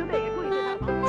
球队也注意对他防守。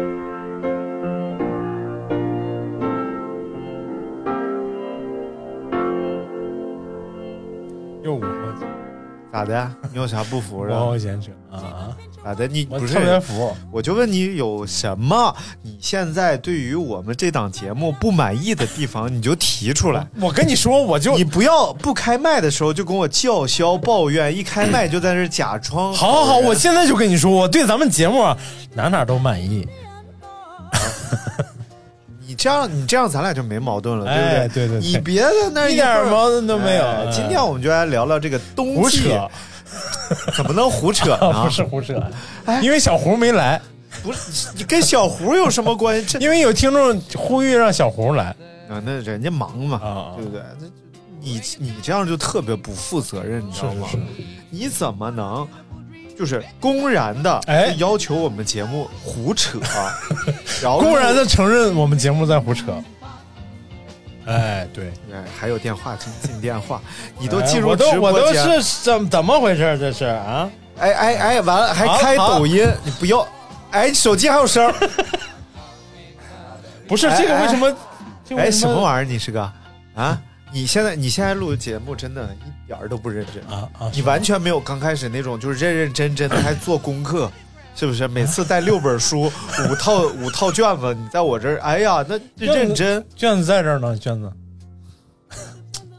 又我咋的呀？你有啥不服我的？我先去啊，咋的？你我不是特别服，我就问你有什么？你现在对于我们这档节目不满意的地方，你就提出来。我跟你说，我就你不要不开麦的时候就跟我叫嚣抱怨，一开麦就在那儿假装。好好好，我现在就跟你说，我对咱们节目啊哪哪都满意，你这样你这样咱俩就没矛盾了，哎对不对对对你别在那儿一点会儿矛盾都没有嗯哎今天我们就来聊聊这个冬胡季，扯，怎么能胡扯啊呢？啊 不是胡扯，啊哎因为小胡没来，不是，你跟小胡有什么关系？这因为有听众呼吁让小胡来，啊，那人家忙嘛，啊对不对？那你你这样就特别不负责任，你知道吗？你怎么能就是公然的哎要求我们节目胡扯，啊 然后公然的承认我们节目在胡扯。哎，对，哎哎还有电话进进电话，你都进入我直都我播都间，是怎怎么回事儿？这是啊，哎哎哎，完了还好开好抖音，你不要，哎，你手机还有声 儿，不是哎这个哎为什么？这个为哎，什么意玩意儿？你是个啊？你现在你现在录节目真的一点儿都不认真啊啊你完全没有刚开始那种就是认认真真的还做功课，是不是？每次带六本书、五套五套卷子，你在我这儿，哎呀，那那认真，卷子在这儿呢？卷子，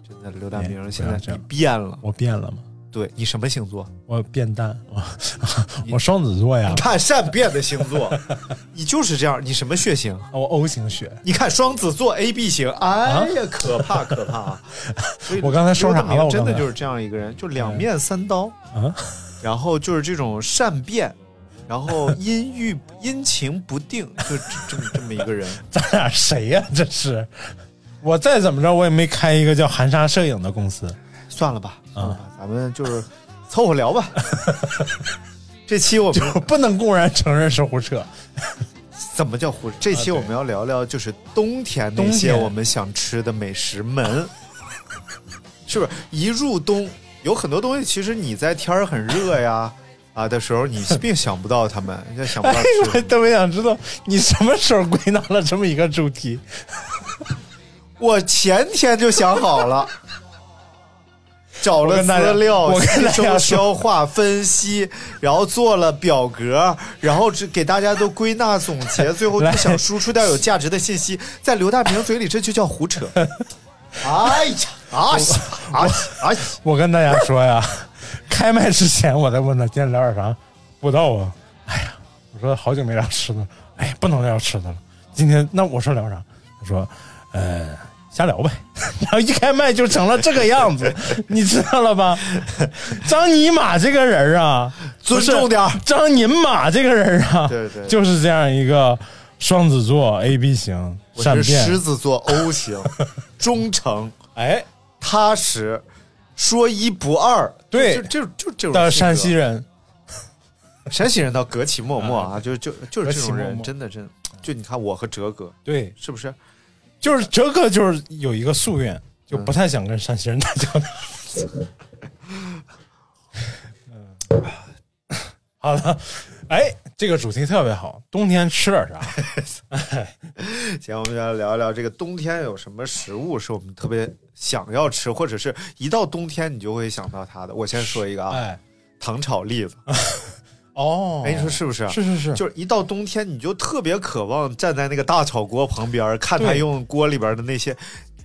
真的刘大明现不要在这你样变了，我变了吗？对你什么星座？我变淡，我我双子座呀，看善变的星座，你就是这样，你什么血型？我 O 型血。 你看双子座 A B 型，哎呀，可怕可怕 啊！所以啊我刚才说啥了刘大明真我刚的才就是这样一个人，就两面三刀嗯， 然后就是这种善变，然后阴郁阴晴不定，就这么这么一个 人。咱俩谁呀、这是，我再怎么着，我也没开一个叫含沙摄影的公司。算了吧，算了吧，咱们就是啊凑合 聊吧。这期我就们不能公然承认是胡扯。怎么叫胡？这期啊对我们要聊聊就是冬天那啊冬些天我们想吃的美食门， 是不是？一入冬，有很多东西，其实你在天儿很热呀啊的时候，你并想不到他 们，你就想不哎到，我吃。特别想知道你什么时候归纳了这么一个主题。我前天就想好 了。找我了跟大家资料，我跟吸大家收说消化分析，然后做了表格，然后只给大家都归纳总结，最后就来想输出点有价值的信 息，在刘大明嘴里这就叫胡扯。 哎呀，啊西啊西啊西！我跟大家说呀， 开麦之前我在问他今天聊点啥，不知道啊。哎呀，我说好久没聊吃的了，哎，不能聊吃的了。今天那我说聊啥？他说，呃，瞎聊呗。 然后一开麦就成了这个 样子，你知道了吧？张尼玛这个人啊， 尊重点儿不是张尼玛这个人啊，对对就是这样一个双子座 A B 型，我善是狮变，子座 O 型，忠诚、哎，踏实，说一不二。对就就就这种的性格山西人，山西人倒革其默默啊，就就就是这种革其默人，默真的真的就你看我和哲哥对，是不是？就是哲哥就是有一个夙愿，就嗯不太想跟山西人打交道。嗯好了，哎，这个主题特别好，冬天吃点啥？行，我们来聊一聊这个冬天有什么食物是我们特别想要吃，或者是一到冬天你就会想到它的。我先说一个啊，哎，糖炒栗子，哦，哎，你说是不是？是是是，就是一到冬天，你就特别渴望站在那个大炒锅旁边，看他对用锅里边的那些，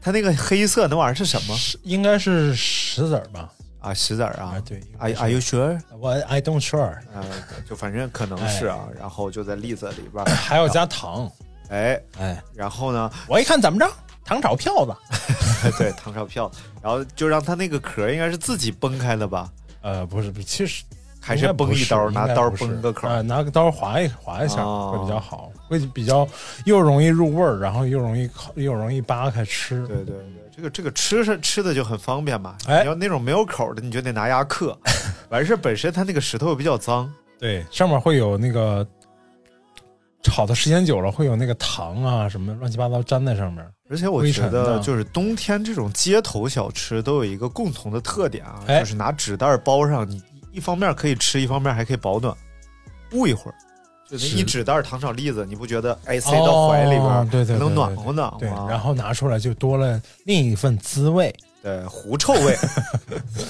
他那个黑色那玩意儿是什么是应该是石子儿吧？啊？石子儿啊啊，对，Are 应该是 Are you sure？我 I don't sure，呃，就反正可能是啊，然后就在栗子里边儿，还要加糖。哎，哎，然后呢， 我一看怎么着，糖炒票子，对，糖烧票，然后就让它那个壳应该是自己崩开的吧？呃，不是，不是，其实还应是该不崩一刀，是拿应该刀不是崩个口？呃拿个刀划一划一下哦会比较好，会比较又容易入味儿，然后又容易烤，又容易扒开吃。对对对，这个这个吃是吃的就很方便嘛。哎你要那种没有口的，你就得拿牙刻。完事儿本身它那个石头比较脏，对，上面会有那个炒的时间久了会有那个糖啊什么乱七八糟粘在上面。而且我灰觉尘得呢就是冬天这种街头小吃都有一个共同的特点啊，哎就是拿纸袋包上，你一方面可以吃，一方面还可以保暖，捂一会儿。就那一纸袋糖炒栗子，你不觉得哎塞到怀里边儿，哦对对对能对暖对和暖和对，啊？然后拿出来就多了另一份滋味。对狐臭味，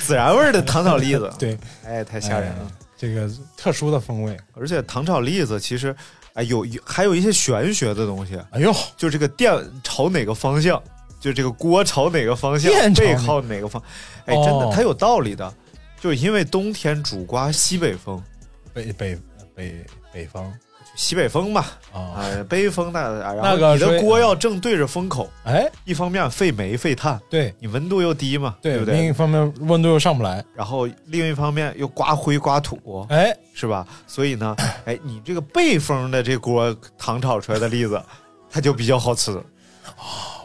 孜然味儿的糖炒 栗子，，对，哎，太吓人了。哎这个特殊的风味。而且糖炒栗子其实，哎，有有还有一些玄学的东西，哎呦，就这个电朝哪个方向，就这个锅朝哪个方向电，朝背哪靠哪个方，哎，真的哦它有道理的，就是因为冬天主刮西北风，北北北北方西北风嘛，啊，啊，北风那，啊然那后个你的谁锅要正对着风口，哎，一方面费煤费炭，对你温度又低嘛，对不另一对？方面温度又上不来，然后另一方面又刮灰刮土，哎，是吧？所以呢，哎，你这个背风的这锅糖炒出来的栗子，它就比较好吃。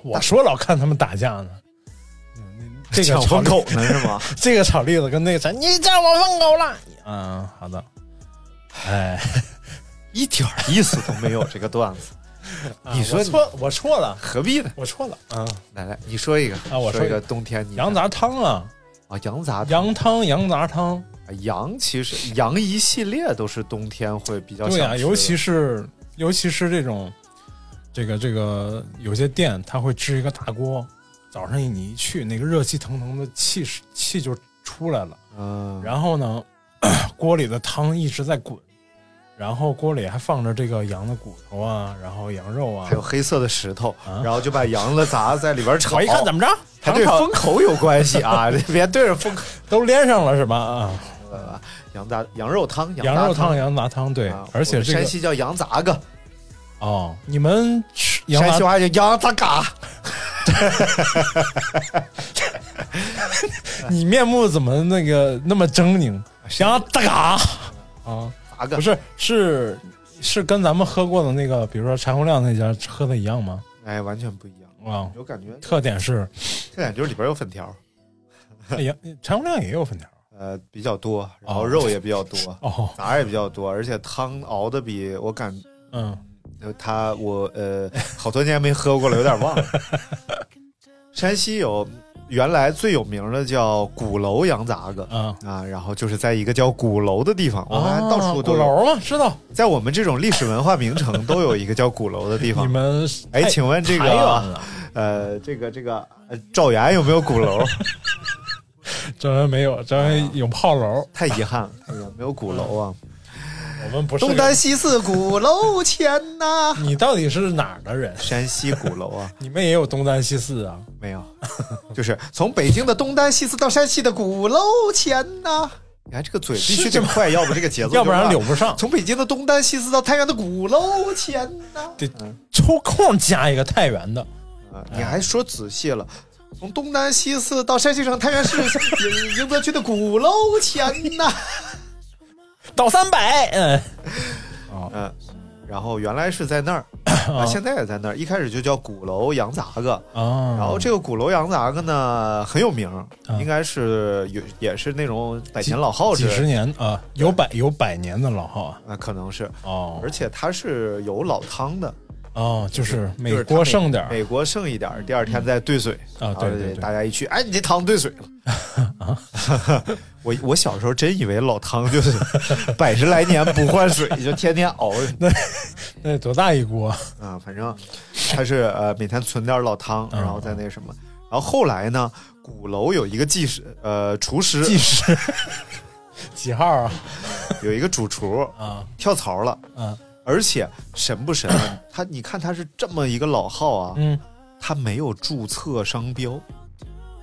我说老看他们打架呢。嗯那 这抢个炒风栗口呢是吗？ 这个炒栗子跟那个啥，你占我风口了。嗯，好的。哎，一点儿意思都没有，这个段子你说啊我你错，我错了，何必呢？我错了。嗯，来来，你说一个啊我说说一个个冬天你羊杂汤啊，啊，羊杂啊羊汤，羊杂汤。羊其实羊一系列都是冬天会比较对想呀、吃的尤其是尤其是这种，这个这个有些店它会支一个大锅，早上你一去，那个热气腾腾的气势气就出来了。嗯，然后呢， 锅里的汤一直在滚，然后锅里还放着这个羊的骨头啊，然后羊肉啊还。有黑色的石头，啊然后就把羊的杂在里边炒。我一看怎么着，它糖对炒风口有关系啊， 别对着风口。都连上了是吧？啊，呃羊杂羊肉汤，羊肉杂汤汤、，羊杂汤，对啊，而我且们这山个西叫羊杂个，哦，你们吃羊山杂西话叫羊杂嘎。你面目怎么那个那么狰狞？羊大嘎啊，杂个不是是是跟咱们喝过的那个，比如说柴洪亮那家喝的一样吗？哎，完全不一样。啊，我感觉特 点是特点就是里边有粉条，哎羊柴洪亮也有粉条呃，比较多，然后哦肉也比较多，哦，杂儿也比较多，而且汤熬的比我感嗯，呃他我呃好多年没喝过了，有点忘了。 山西有原来最有名的叫鼓楼羊杂个。啊啊，然后就是在一个叫鼓楼的地方，我们还啊到处都鼓有，啊楼嘛，知道在我们这种历史文化名城都有一个叫鼓楼的地你方。们 哎，太请问这太远个了，呃，这个这个呃赵岩有没有鼓楼？ 张文没有，张文有炮楼，太遗憾了，太遗憾，没有鼓楼啊。我们不是东个。单西四鼓楼前呐、你到底是哪儿的人？山西鼓楼啊，你们也有东单西四啊？没有， 就是从北京的东单西四到山西的鼓楼前呐、你看这个嘴必须得快，要不这个节奏就慢，要不然柳不上从北京的东单西四到太原的鼓楼前呐、得抽空加一个太原的，啊你还说仔细了。从东单西四到山西省太原市 迎迎泽区的鼓楼前呐、倒三百，嗯，嗯，然后原来是在 那儿，哦啊，现在也在那儿。一开始就叫鼓楼羊杂个，啊，然后这个鼓楼羊杂个呢很有名，嗯应该是有也是那种百年老号之几类十的，年啊，有百有百年的老号啊，啊，可能是，哦而且它是有老汤的，哦，就是就美是它国剩点儿美国剩一点儿，第二天再兑水啊然后对对对大家一去，哎，你这汤兑水了 我我小时候真以为老汤就是百十来年不换水，就天天熬着那多大一锅？啊，反正他是呃每天存点老汤，嗯然后再那什么。然后后来呢，鼓楼有一个技师，呃，厨师计时 几号啊？有一个主厨啊跳槽了，啊，而且神不神？他你看他是这么一个老号啊，嗯，他没有注册商标，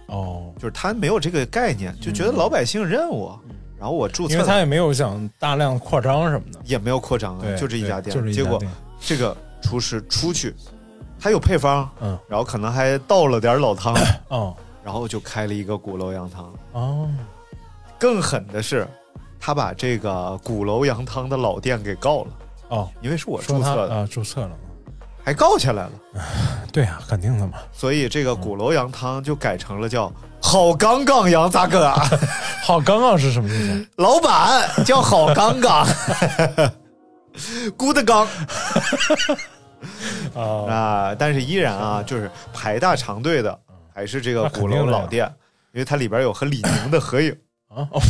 哦，就是他没有这个概念，就觉得老百姓认我，然后我注嗯因册为他了也没有想大量扩张什么的，也没有扩张啊对，，就这一对家店，就是一结家果店，这个厨师出去，它有配方，嗯，然后可能还倒了点老 汤，哦然后就开了一个鼓楼羊汤。哦，更狠的是，他把这个鼓楼羊汤的老店给告了，哦，因为是我说注他册的，啊，注册了，还告下来了。对啊，肯定的嘛。所以这个鼓楼羊汤就改成了叫“好杠杠羊杂哥 啊”，好，刚刚是什么意 思？老板叫好杠 杠，good 杠啊，啊。但是依然啊，就是排大长队的还是这个那肯鼓楼定的呀老店，因为它里边有和李宁的合影，啊哦，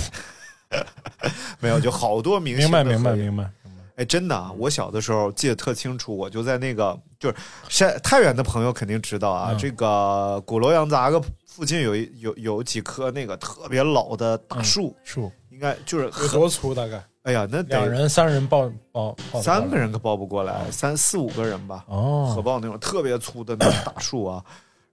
没有就好多明星明的白，合影明白，明白。明白哎，真的啊，嗯我小的时候记得特清楚，我就在那个就是山太原的朋友肯定知道啊，嗯这个鼓楼羊杂个附近有一有有几棵那个特别老的大嗯树，树应该就是有很多粗？大概哎呀，那两得人、三人抱抱抱得三过个来人可抱不过来，三四五个人吧，合哦，抱那种特别粗的那种大树啊。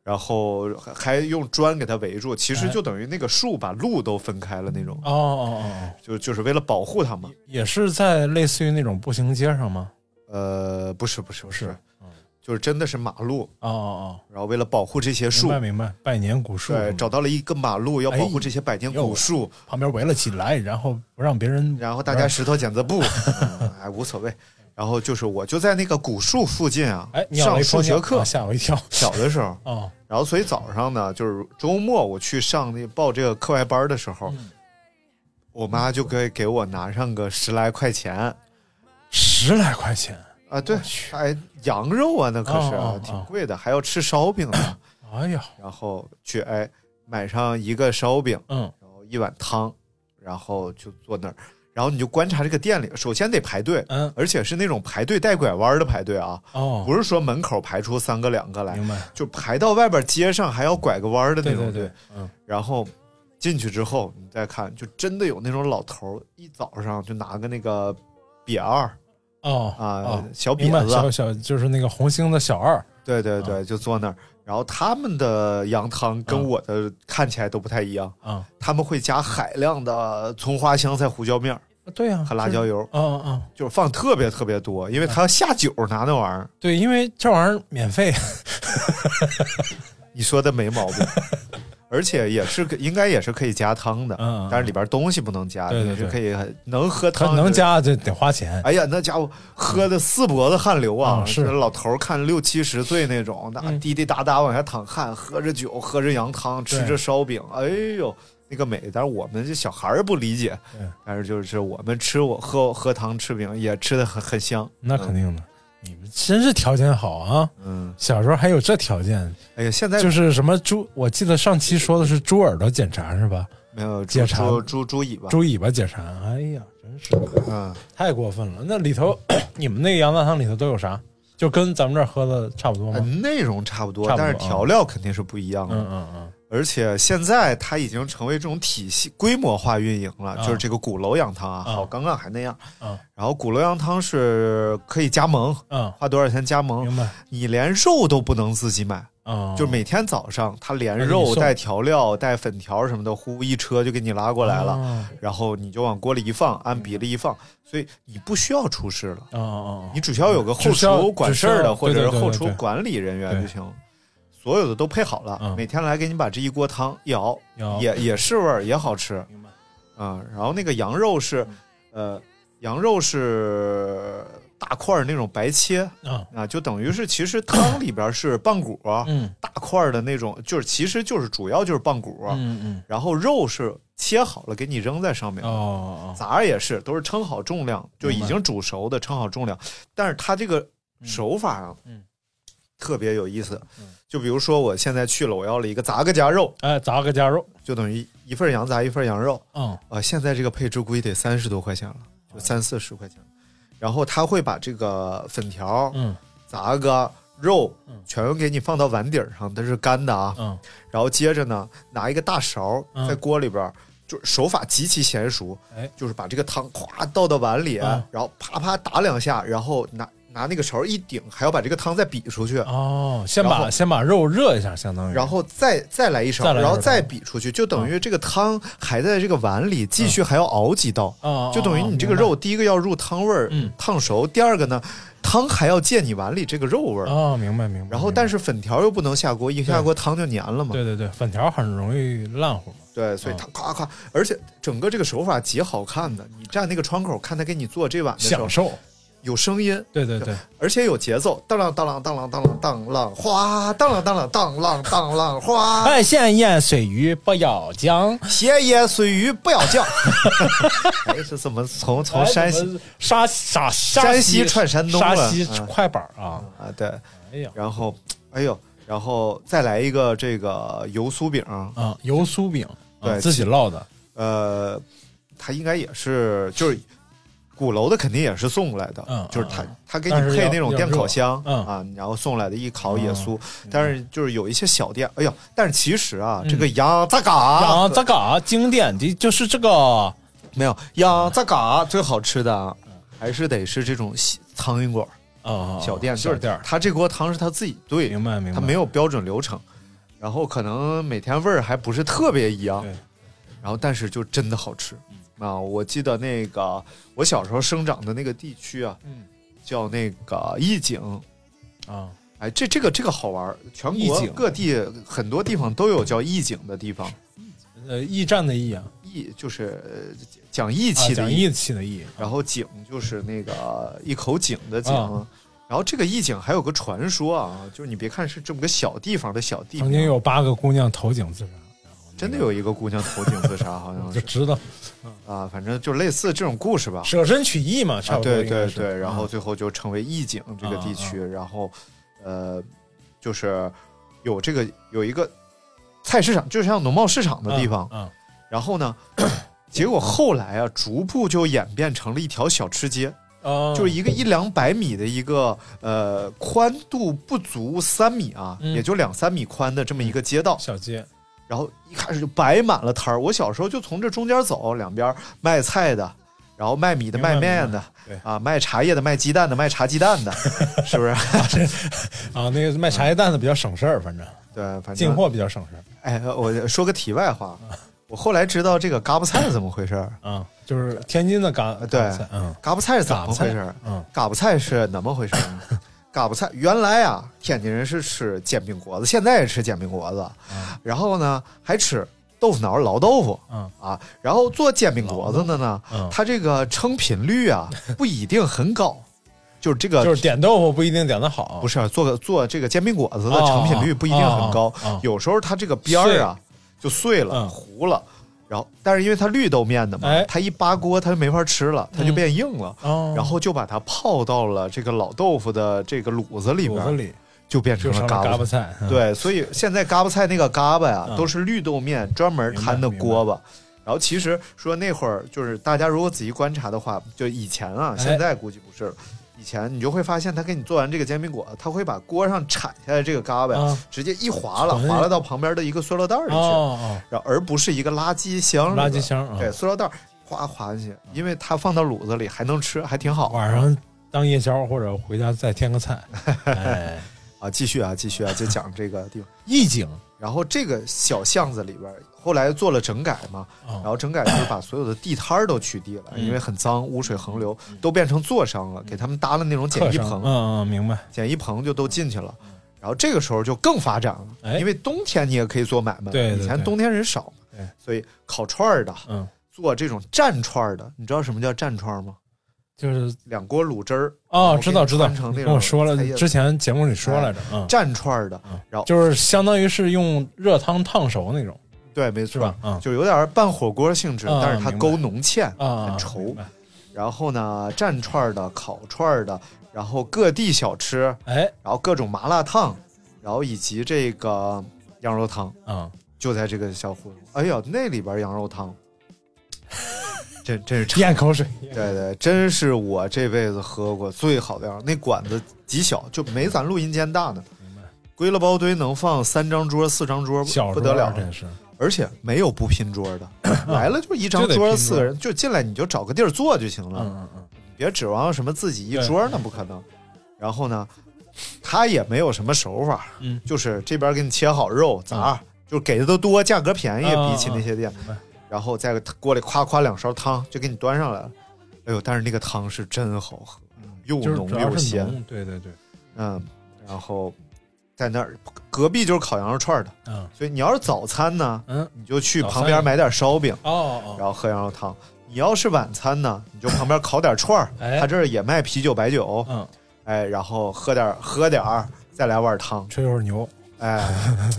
然后还还用砖给它围住，其实哎就等于那个树把路都分开了那种，哦哦哦就就是为了保护它嘛哦。，也是在类似于那种步行街上吗？呃，不是不是不是嗯是，就是真的是马路，哦哦然后为了保护这些哦，树明，白明白，百年古树什么嗯哎对，的，找到了一个马路，要保护哎这些百年呦古树，旁边围了起来，然后不让别人，然后大家石头剪子 布，嗯哎，无所谓。然后就是我就在那个古树附近啊，哎，尿了上一数泡学尿课啊，吓我一跳。小的时候，哦，然后所以早上呢，就是周末我去上那报这个课外班的时候，嗯我妈就给给我拿上个十来块钱十来块钱，啊，对，哎，羊肉啊，那可是啊哦哦哦挺贵的，还要吃烧饼 呢，哎呀，然后去哎买上一个烧饼。嗯，然后一碗汤，然后就坐那儿，然后你就观察这个店里，首先得排队，嗯而且是那种排队带拐弯的排队啊，哦，不是啊说门口排出三个两个来，明白，就排到外边街上还要拐个弯的那对种对队。对，嗯，然后进去之后，你再看，就真的有那种老头儿一早上就拿个那个瘪二哦啊、哦小明白瘪，小子，小就是那个红星的小二，对对对，就坐那儿。然后他们的羊汤跟嗯我的看起来都不太一样，啊，他们会加海量的葱花香菜胡椒面儿。对呀、和辣就是椒，油，嗯嗯嗯，就是放特别特别多，因为它下酒拿那玩意儿。对，因为这玩意儿免费，啊你说的没毛 病，而且也是可应该也是可以加汤的，嗯嗯嗯但是里边东西不能加，对对你是对可以能喝它汤能就。加就得花钱，哎呀，那家伙喝的四脖子汗流啊！嗯是嗯这老头儿看六七十岁那种，那滴滴答答往下淌汗，喝着酒，喝着羊汤，吃着对烧饼，哎呦，那个美！但是我们这小孩儿不理解对，但是就是我们吃我喝喝汤吃饼也吃的很很香。那肯定的。你们真是条件好啊！嗯，小时候还有这条件，哎呀，现在就是什么猪，我记得上期说的是猪耳朵检查是吧？没有猪解馋猪猪猪尾巴，猪尾巴检查，哎呀，真是嗯，太过分了！那里头 你们那个羊杂汤里头都有啥？就跟咱们这儿喝的差不多呃吗？内容差不多，差不但多是调料肯定是不一样的。嗯嗯而且现在它已经成为这种体系规模化运营了，啊就是这个鼓楼羊汤啊，啊好，刚刚还那样。啊然后鼓楼羊汤是可以加盟，嗯花多少钱加嗯，盟？明白你连肉都不能自己买，啊，就每天早上他连给你肉送带调料带粉条什么的，呼一车就给你拉过来了，啊然后你就往锅里一放，按比例一放，所以你不需要厨师了。啊啊！你只需要有个后只需要厨管事儿只需的，要或者对是对对后对厨对管理人员对就行。所有的都配好了嗯，每天来给你把这一锅汤一熬，要也也是味儿，也好吃明白啊。然后那个羊肉是，嗯呃，羊肉是大块儿那种白切啊啊，就等于是其实汤里边是棒骨，嗯大块儿的那种，就是其实就是主要就是棒骨，嗯嗯然后肉是切好了给你扔在上面哦。哦杂儿也是，都是称好重量，就已经煮熟的称好重量，但是它这个手法啊，嗯特别有意思嗯。就比如说我现在去了，我要了一个杂个夹肉，哎，杂个夹肉，就等于一份羊杂一份羊肉嗯啊、呃现在这个配置估计得三十多块钱了，就哦三四十块钱。然后他会把这个粉条、嗯杂个肉全给你放到碗底儿上，它是干的啊。嗯，然后接着呢，拿一个大勺嗯在锅里边儿，就是手法极其娴熟，哎就是把这个汤咵倒到碗里，嗯然后啪啪打两下，然后拿拿那个勺一顶，还要把这个汤再比出去，哦，先然后把先把肉热一下，相当于，然后再再来一勺，再来一勺然后再比出去，就等于这个汤还在这个碗里，继嗯续还要熬几道。啊，就等于你这个肉，第一个要入汤味儿嗯，烫熟；第二个呢，汤还要借你碗里这个肉味儿。哦，明白明白。然后，明白但是粉条又不能下锅，一下锅汤就粘了嘛。对对对，粉条很容易烂乎嘛。对，所以嗯它咔咔，而且整个这个手法极好看的。你站那个窗口看他给你做这碗的时候享，受。有声音，对对对，而且有节奏，当啷当啷当啷当啷当啷，哗当啷当啷当啷当啷哗。哎，现腌水鱼不要姜，闲言碎语不要犟。哎，这怎么从从哦山西哎沙沙沙山西串山东沙了西嗯快板啊！啊？对，哎呀然后哎呦，然后再来一个这个油酥饼，啊，油酥饼，啊对自己烙的，呃，它应该也是就是。鼓楼的肯定也是送过来的，嗯就是他嗯嗯他给你但是配要那种要电烤热箱、嗯啊，然后送来的一烤野酥，但是就是有一些小店，哎呦，但是其实啊，这个羊杂嘎啊，这嗯嘎经典的就是这个没有羊杂嘎最好吃的啊，还是得是这种西苍蝇馆儿啊小店，就小是店儿，他这锅汤是他自己兑，明白明白，它没有标准流程，然后可能每天味儿还不是特别一样对，嗯然后但是就真的好吃啊！我记得那个我小时候生长的那个地区啊，嗯叫那个义井，啊，哎，这这个这个好玩儿，全义国井各地很多地方都有叫义井的地方，呃，驿站的驿啊，义就是呃讲义啊气的讲义，义气的义，然后井就是那个一口井的井。啊然后这个义井还有个传说啊，就是你别看是这么个小地方的小地名，啊曾经有八个姑娘投井自杀，真的有一个姑娘投井自 杀，好像就是知道啊，反正就类似这种故事吧。舍身取义嘛，差啊，不多对应该对是。嗯对，然后啊最后就成为义警这个地区，然后呃，就是有这个有一个菜市场，就像农贸市场的地方，啊然后 呢。结果后来啊，逐步就演变成了一条小吃街，啊，就是一个一两百米的一个呃宽度不足三米啊，嗯也就两三米宽的这么一个街道。小街，然后一开始就摆满了摊儿。我小时候就从这中间走，两边卖菜的，然后卖米的、明白卖面的明白，啊，卖茶叶的、卖鸡蛋的、卖茶鸡蛋的， 是不是？ 啊，那个卖茶叶蛋的比较省事儿，反正对，反正进。货比较省事儿哎，我说个题外话，我后来知道这个嘎巴菜是怎么回事儿。啊，就是天津的嘎呃对嘎巴菜嗯，嘎巴菜是怎么回事儿？嗯，嘎巴菜是怎么回事儿？ 嘎巴菜原来啊，天津人是吃煎饼果子，现在也吃煎饼果子，然后呢还吃豆腐脑、老豆腐，嗯啊，然后做煎饼果子的呢，嗯它这个成品率 啊不一定很高，就是这个就是点豆腐不一定点的好，不是是啊做个做这个煎饼果子的成品率不一定很高哦哦哦哦，有时候它这个边儿啊就碎了、嗯糊了，然后但是因为它绿豆面的嘛，哎它一扒锅它就没法吃了，它就嗯变硬了，哦然后就把它泡到了这个老豆腐的这个卤子里骨子面，里就变就成成了了嘎嘎巴巴。菜，嗯，对，所以现在嘎巴菜那个嘎巴呀，嗯都是绿豆面专门摊的锅巴。然后其实说那会儿就是大家如果仔细观察的话，就以前啊，哎现在估计不是了。以前你就会发现，他给你做完这个煎饼果，他会把锅上铲下来这个嘎巴呀啊，直接一划了，存划了到旁边的一个塑料袋里去，哦然后而不是一个垃圾箱哦，里的。垃圾箱啊，对，塑料袋儿哗划进去，因为它放到卤子里还能吃，还挺好。晚上当夜宵或者回家再添 个菜，哎，啊，继续啊，继续啊，就讲这个地方。意境然后这个小巷子里边儿，后来做了整改嘛，啊然，后整改就是把所有的地摊儿都取缔了，嗯因为很脏，污水横流，都变成坐商了，给他们搭了那种客简易商嗯棚，嗯，明白，简易棚就都进去了。然后这个时候就更发展了，哎因为冬天你也可以做买卖，对对以前对冬天人少对，所以烤串儿的，嗯，做这种蘸串儿的，你知道什么叫蘸串儿吗？就是两锅卤汁儿哦，知道知道，然后给你穿成那跟种我说了菜叶，子哎之前节目里说来着，嗯，蘸串儿的，然后就是相当于是用热汤烫熟那种，对，没是错，吧？嗯就有点儿半火锅性质，嗯但是它明白勾浓芡，啊，很稠明。白然后呢，蘸串儿的、烤串儿的，然后各地小吃，哎，然后各种麻辣烫，然后以及这个羊肉汤，啊，就在这个小胡同。哎呦，那里边羊肉汤， 真真是差。咽口水，对对，真是我这辈子喝过最好的羊肉。那馆子极小，就没咱录音间大呢。归了包堆能放三张桌、四张桌，小啊不得了，真是而且没有不拼桌 的，来了就一张就得桌，拼桌四个人就进来，你就找个地儿坐就行了，嗯嗯别指望什么自己一桌那不可能。然后呢，他也没有什么手法，嗯就是这边给你切好肉杂，就是给的都多，价格便宜，啊比起那些店啊明白，然后在锅里夸夸两勺汤就给你端上来了。哎呦，但是那个汤是真好喝，嗯，又就是浓主又要是鲜，浓，对对对，嗯，然后在那儿隔壁就是烤羊肉串的，嗯所以你要是早餐呢，嗯，你就去早餐旁边买点烧饼，哦然后喝羊肉汤；你要是晚餐 呢，你就旁边烤点串儿，哎他这儿也卖啤酒白酒哦，，嗯，哎，然后喝点喝点儿，再来碗汤，吹会儿牛，哎，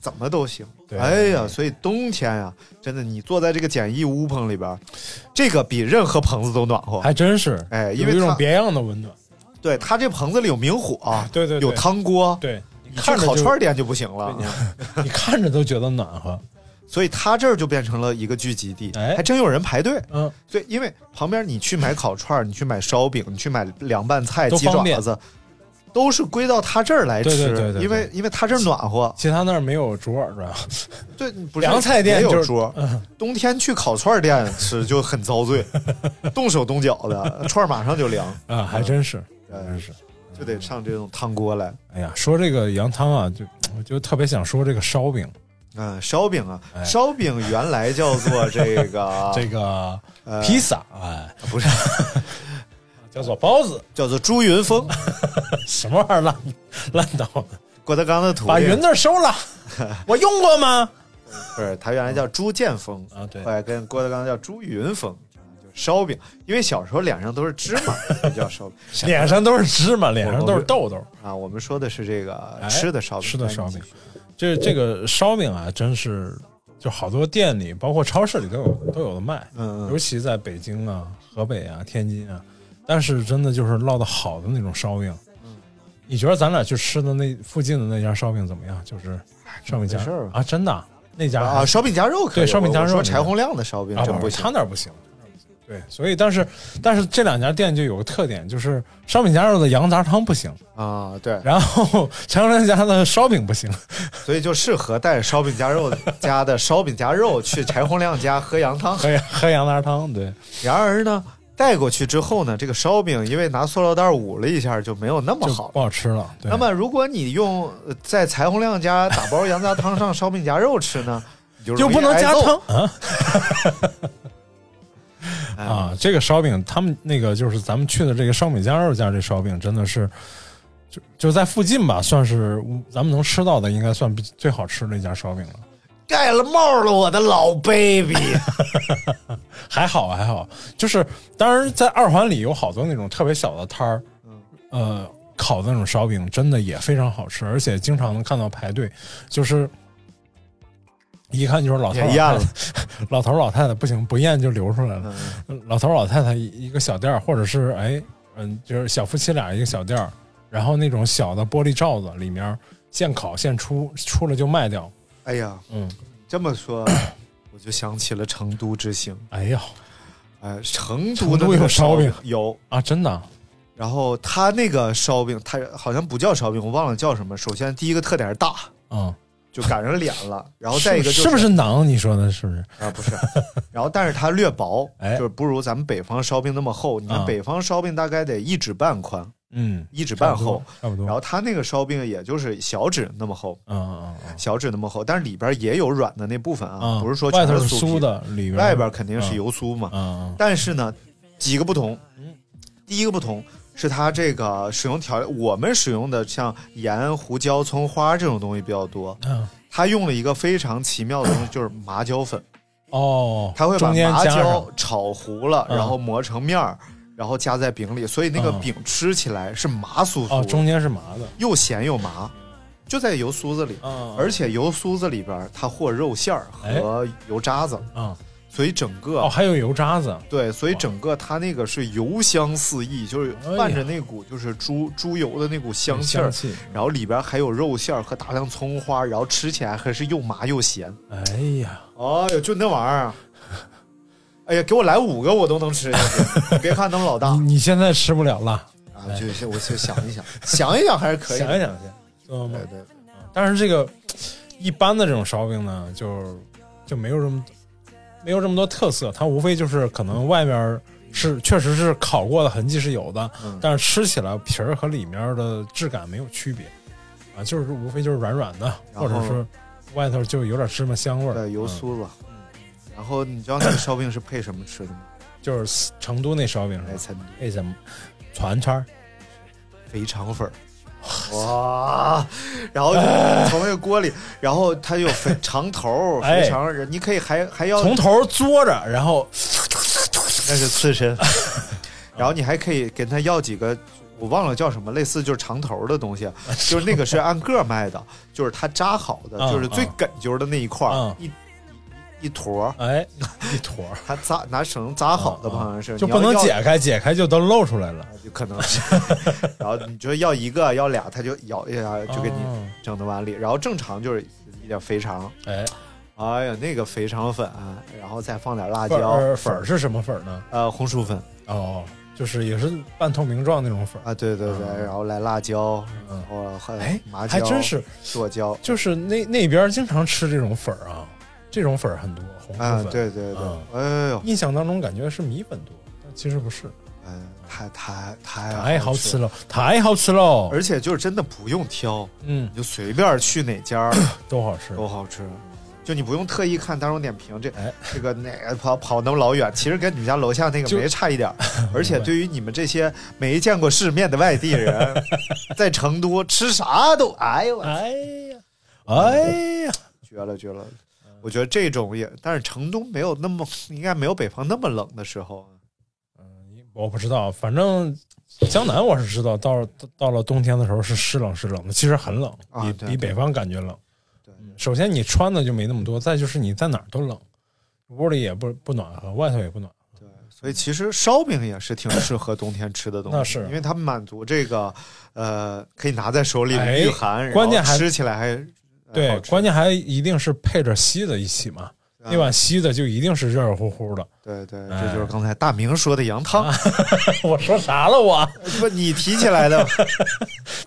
怎么都行。对哎呀，所以冬天呀、真的，你坐在这个简易屋棚里边儿，这个比任何棚子都暖和。还真是，哎因有为一种它别样的温暖，对，它这棚子里有明火、啊对对对有汤锅，对，你去看着烤就串儿店就不行了。你看着都觉得暖和，所以它这儿就变成了一个聚集地，哎还真有人排队。嗯，所以因为旁边你去买烤串儿，你去买烧饼，你去买凉拌菜、都鸡方便爪子，都是归到他这儿来吃，对对对对对因为因为他这儿暖和。其他那儿没有桌儿是吧？对，不是凉菜店也有就是桌，冬天去烤串儿店吃就很遭 罪，动手动脚的串儿马上就凉， 啊，还真是，嗯还真是。就得上这种汤锅来。哎呀，说这个羊汤啊，就我就特别想说这个烧饼，嗯，烧饼啊，哎烧饼原来叫做这个 这个呃披萨，哎，不是叫做包子，叫做朱云峰，什么玩意儿烂烂到的，郭德纲的徒弟，把云字收 了，我用过 吗？不是，他原来叫朱建峰啊对后来跟郭德纲叫朱云峰，就是烧饼，因为小时候脸上都是芝麻，就叫烧饼 脸上都是芝麻，脸上都是痘痘。啊。我们说的是这个哎吃的烧饼，吃的烧哎饼，这这个烧饼啊，真是就好多店里，包括超市里都有都有的卖，嗯嗯尤其在北京啊、河北啊、天津啊，但是真的就是烙的好的那种烧饼。嗯你觉得咱俩去吃的那附近的那家烧饼怎么样？就是烧饼家没事儿吧啊，真的那家啊，烧饼夹肉可以，对烧饼夹肉我说那个柴洪亮的烧饼啊，真不不是他行，那儿不行。对，所以但是但是这两家店就有个特点，就是烧饼夹肉的羊杂汤不行，啊，对，然后 长安家的烧饼不行。 所以就适合带烧饼夹肉家的烧饼夹肉去柴洪亮家喝羊汤。喝羊喝羊杂汤，对，然而呢，带过去之后呢，这个烧饼因为拿塑料袋捂了一下，就没有那么就好了不。好吃了。对那么，如果你用呃在柴洪亮家打包羊杂汤上烧饼夹肉吃呢，你就就容易不能加挨揍汤啊哎啊！这个烧饼，他们那个就是咱们去的这个烧饼夹肉家这烧饼，真的是就就在附近吧，算是咱们能吃到的，应该算比最好吃的一家烧饼了。盖了帽了，我的老 baby！还好还好，就是当然在二环里有好多那种特别小的摊儿，嗯呃，烤的那种烧饼真的也非常好吃，而且经常能看到排队，就是一看就是老头也老咽太了太， 老头老太太不行，不咽就流出来嗯了。老头老太太一一个小店儿，或者是哎嗯，就是小夫妻俩一个小店儿，然后那种小的玻璃罩子里面儿现烤现出，出了就卖掉。哎呀，嗯，这么说，我就想起了成都之行。哎呀哎，成都成的都那有个烧烧饼有，啊，真的啊然后他那个烧饼，他好像不叫烧饼，我忘了叫什么。首先第一个特点是大，嗯，就赶上脸了，然后再一个就是不是馕？你说的是不是？啊，不是， 然后但是它略薄，哎就是不如咱们北方烧饼那么厚。你啊看北方烧饼大概得一指半宽，嗯，一指半厚，差不多。然后它那个烧饼也就是小指那么厚，嗯，嗯嗯小指那么厚，但是里边也有软的那部分啊，嗯，嗯不是说外全头是是酥皮酥，的，啊里边外边肯定是油酥嘛。嗯，嗯但是呢，几个不同，第一个不同。是它这个使用调料，我们使用的像盐、胡椒、葱花这种东西比较多。嗯，嗯它用了一个非常奇妙的东西，就是麻椒粉。哦，他会把中间麻加椒上炒糊了，嗯然后磨成面儿，然后加在饼里，所以那个嗯饼吃起来是麻酥哦，酥，中间是麻的，又咸又麻，就在油酥子里。嗯，而且油酥子里边儿它和肉馅儿和油渣子，嗯，所以整个、哎哦，还有油渣子，对，所以整个它那个是油香四溢，就是哎呀伴着那股就是猪猪油的那股香气哎香儿，气，然后里边儿还有肉馅儿和大量葱花，然后吃起来还是又麻又咸。哎呀，哦呦，就那玩意儿。 哎呀，给我来五个我都能吃下去， 别看那么老大你你现在吃不了辣，啊！就是我就想一想，想一想还是可以的。想一想去，嗯对，对，对但是这个一般的这种烧饼呢，就就没有这么没有这么多特色，它无非就是可能外面是确实是烤过的痕迹是有的，嗯但是吃起来皮儿和里面的质感没有区别啊，就是无非就是软软的，然后或者是外头就有点芝麻香味儿，对，油嗯酥子。然后你知道那个烧饼是配什么吃的吗？就是四成都那烧饼是来吧？参配什么？串串儿，肥肠粉儿。哇，然后就从那个锅里，然后它有肥肠头儿、哎肥肠儿，你可以还还要从头嘬着，然后那是刺身， 然后你还可以跟他要几个，我忘了叫什么，类似就是长头儿的东 西，啊就是那个是按个儿卖的，就是它扎好的，嗯就是最梗揪的那一块儿、嗯一一坨儿，哎一坨儿，它扎拿绳扎好的吧，嗯好像是就不能。你要解要开，解开就都露出来了。就可能 是，然后你就要一个要俩，他就咬一下就给你哦整到碗里，然后正常就是一点肥肠，哎，哎呀那个肥肠粉，啊然后再放点辣粉椒儿呃粉儿是什么粉儿呢？呃红薯粉哦，就是也是半透明状那种粉儿。啊，对对对，然后来辣椒，然后还嗯哎麻，椒，还真是，剁椒就是那那边儿经常吃这种粉儿啊，这种粉儿很多，红薯粉。啊，对对对嗯，哎呦，印象当中感觉是米粉多，但其实不是，嗯，太太太太好吃吃，了，太好吃了，而且就是真的不用挑，嗯你，就随便去哪家 儿都好吃，都好吃。就你不用特意看大众点评这哎这个哪个跑跑那么老 远，其实跟你们家楼下那个就没差一 点儿。而且对于你们这些没见过世面的外地 人，在成都吃啥都哎呦我哎呀，哦哎呀，绝了绝了！嗯我觉得这种也，但是城东没有那么，应该没有北方那么冷的时候。啊我不知道，反正江南我是知道，到到了冬天的时候是湿冷湿冷的，其实很冷，啊比对比北方感觉冷。嗯对，首先你穿的就没那么多，再就是你在哪儿都冷，屋里也不不暖和，外头也不暖和。所以其实烧饼也是挺适合冬天吃的东西，那是啊因为它满足这个呃，可以拿在手里哎御寒，然后关键还吃起来还呃对好，吃关键还一定是配着稀的一起嘛，啊那碗稀的就一定是热热乎乎的。对对，哎啊这就是刚才大明说的羊汤， 我说啥了我？不你提起来 的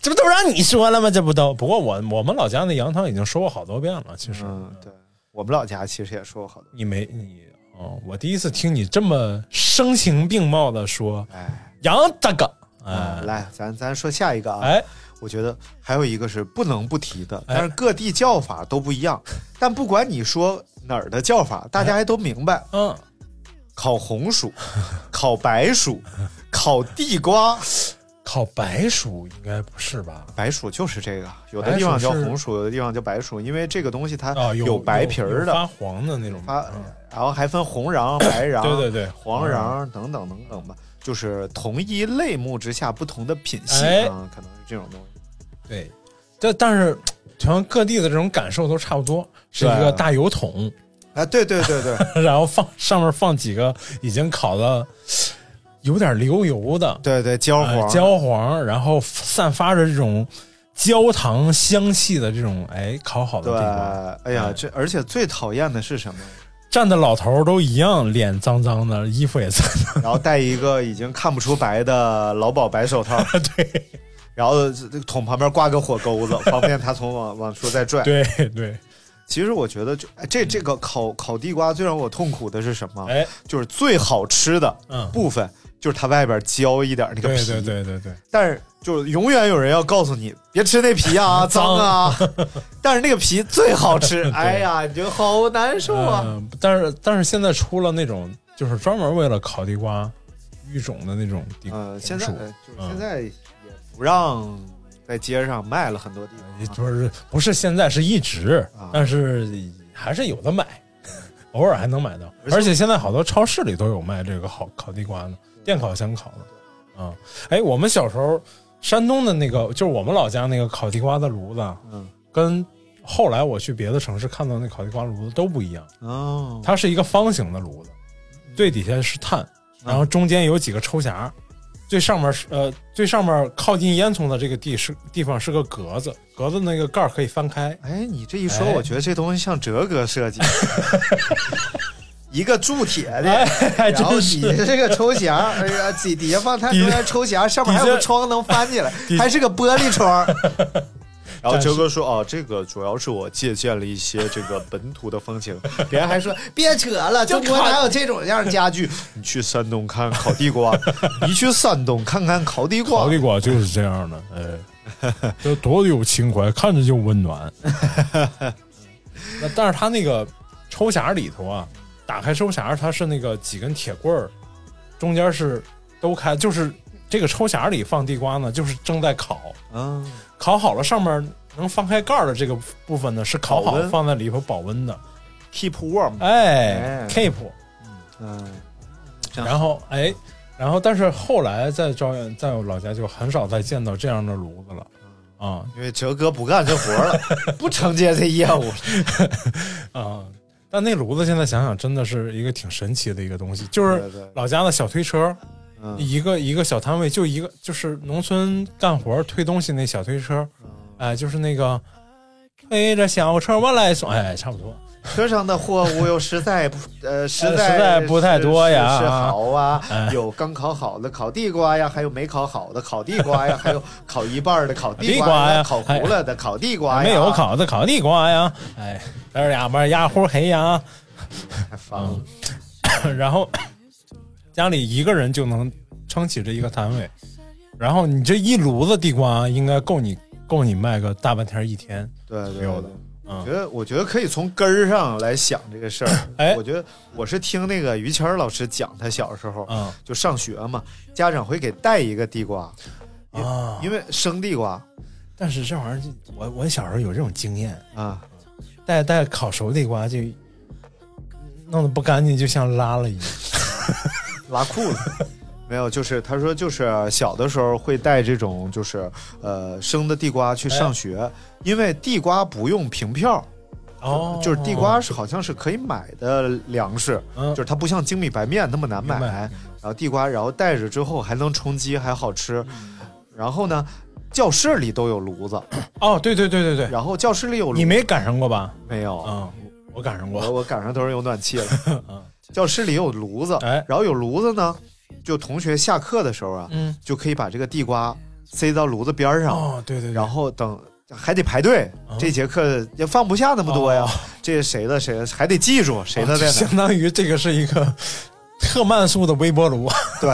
这不都让你说了吗？这不都？不过我我们老家那羊汤已经说过好多遍了。其实、嗯，对我们老家其实也说过好多，你没你哦，我第一次听你这么声情并茂的说哎，羊大哥，啊哎来咱咱说下一个啊，哎，我觉得还有一个是不能不提的，哎但是各地叫法都不一样，但不管你说哪儿的叫法，哎大家还都明白，嗯，烤红 薯、烤白薯、烤地瓜。烤白薯应该不是吧？白薯就是这个，有的地方叫红白薯，有的地方叫白薯，因为这个东西它啊，有白皮有儿发的，黄的那种发嗯然后还分红瓤、白瓤，对对对嗯黄瓤等等等等吧，就是同一类目之下不同的品系哎啊，可能是这种东西。对，这但是全各地的这种感受都差不多，是一对个大油桶， 啊，对对对对然后放上面放几个已经烤的有点流油的对对，焦呃黄焦黄，然后散发着这种焦糖香气的这种哎烤好的对地瓜，，哎呀哎，这而且最讨厌的是什么？ 站的老头儿都一样，脸脏脏的，衣服也脏脏然后戴一个已经看不出白的劳保白手套，的， 对然后桶旁边挂个火钩子，方便他从往往出再拽。 对对，其实我觉得就，哎这这个烤烤地瓜最让我痛苦的是什么？哎，就是最好吃的嗯部分，就是它外边焦一点那个对皮。对对对对，但是就是永远有人要告诉你，别吃那皮 啊，脏啊。但是那个皮最好吃，哎呀，你觉得好难受啊。嗯，但是但是现在出了那种就是专门为了烤地瓜育种的那种地瓜嗯、现在红薯呃就是现在也不让在街上卖了，很多地方、也不是不是现在是一直啊，但是还是有的买， 偶尔还能买到。而且而且现在好多超市里都有卖这个好烤地瓜的，电烤箱烤的。啊，哎，我们小时候山东的那个，就是我们老家那个烤地瓜的炉子，啊嗯，跟后来我去别的城市看到那烤地瓜炉子都不一样。哦，它是一个方形的炉子，最底下是炭，然后中间有几个抽匣，最上面是呃最上面靠近烟囱的这个地是地方是个格子，格子那个盖儿可以翻开，哎，你这一说，哎我觉得这东西像哲哥设计， 一个铸铁的，哎，还然后真底是 下这个抽匣，哎呀，底底下放它底中间抽匣，上面还有个窗能翻起 来底，下还是个玻璃窗。 然后哲哥说：“哦，这个主要是我借鉴了一些这个本土的风情。”别人还说：“别扯了，中国哪有这种样家具？ 你去山东看烤地瓜，你去山东看看烤地瓜烤。地瓜就是这样的，哎， 这多有情怀，看着就温 暖。那但是它那个抽匣里头啊，打开抽匣，它是那个几根铁棍儿，中间是都开，就是这个抽匣里放地瓜呢，就是正在烤，啊，烤好了上面能放开盖儿的这个部分呢，是烤保好温放在里头保温的。 keep warm，哎哎，keep，嗯，这样然后哎，然后但是后来在招远，在我老家就很少再见到这样的炉子了啊因为哲哥不干这活了，不承接这业务了。啊！但那炉子现在想想真的是一个挺神奇的一个东西，就是对对老家的小推车，嗯一个一个小摊位，就一个就是农村干活推东西那小推车，嗯哎，就是那个推着小车我来送，哎，差不多。车上的货物又实在 不呃实在实在不太多呀是是好啊， 哎有刚烤好的烤地瓜呀，还有没烤好的烤地 瓜呀，还有烤一半的烤地地瓜呀，呀哎烤糊了的烤地瓜呀，没有，烤的烤地瓜呀，哎，但是哑巴压乎黑呀，太烦了。嗯然后家里一个人就能撑起这一个摊位，然后你这一炉子地瓜应该够你够你卖个大半天一天，对对有对的。嗯我觉得，我觉得可以从根儿上来想这个事儿。哎我觉得我是听那个于谦儿老师讲，他小时候嗯就上学嘛，家长会给带一个地瓜，因啊因为生地瓜但是这玩意儿就，我我小时候有这种经验，啊，带带烤熟地瓜就弄得不干净，就像拉了一样。拉裤子。 没有，就是他说，就是小的时候会带这种，就是呃生的地瓜去上学，哎因为地瓜不用凭票，哦就是地瓜是好像是可以买的粮食，嗯就是它不像精米白面那么难买。明白然后地瓜，然后带着之后还能充饥，还好吃。嗯然后呢，教室里都有炉 子，哦，对对对对对，然后教室里有炉你没赶上过吧？没有？嗯，我赶上我过。我赶上都是有暖 气了。嗯教室里有炉子，嗯哎然后有炉子呢，就同学下课的时候啊，嗯，就可以把这个地瓜塞到炉子边儿上，哦，对对对然，后等还得排队，这节课也放不下那么多呀。哦这是谁的谁的，还得记住谁的哦在哪。相当于这个是一个特慢速的微波炉。 对，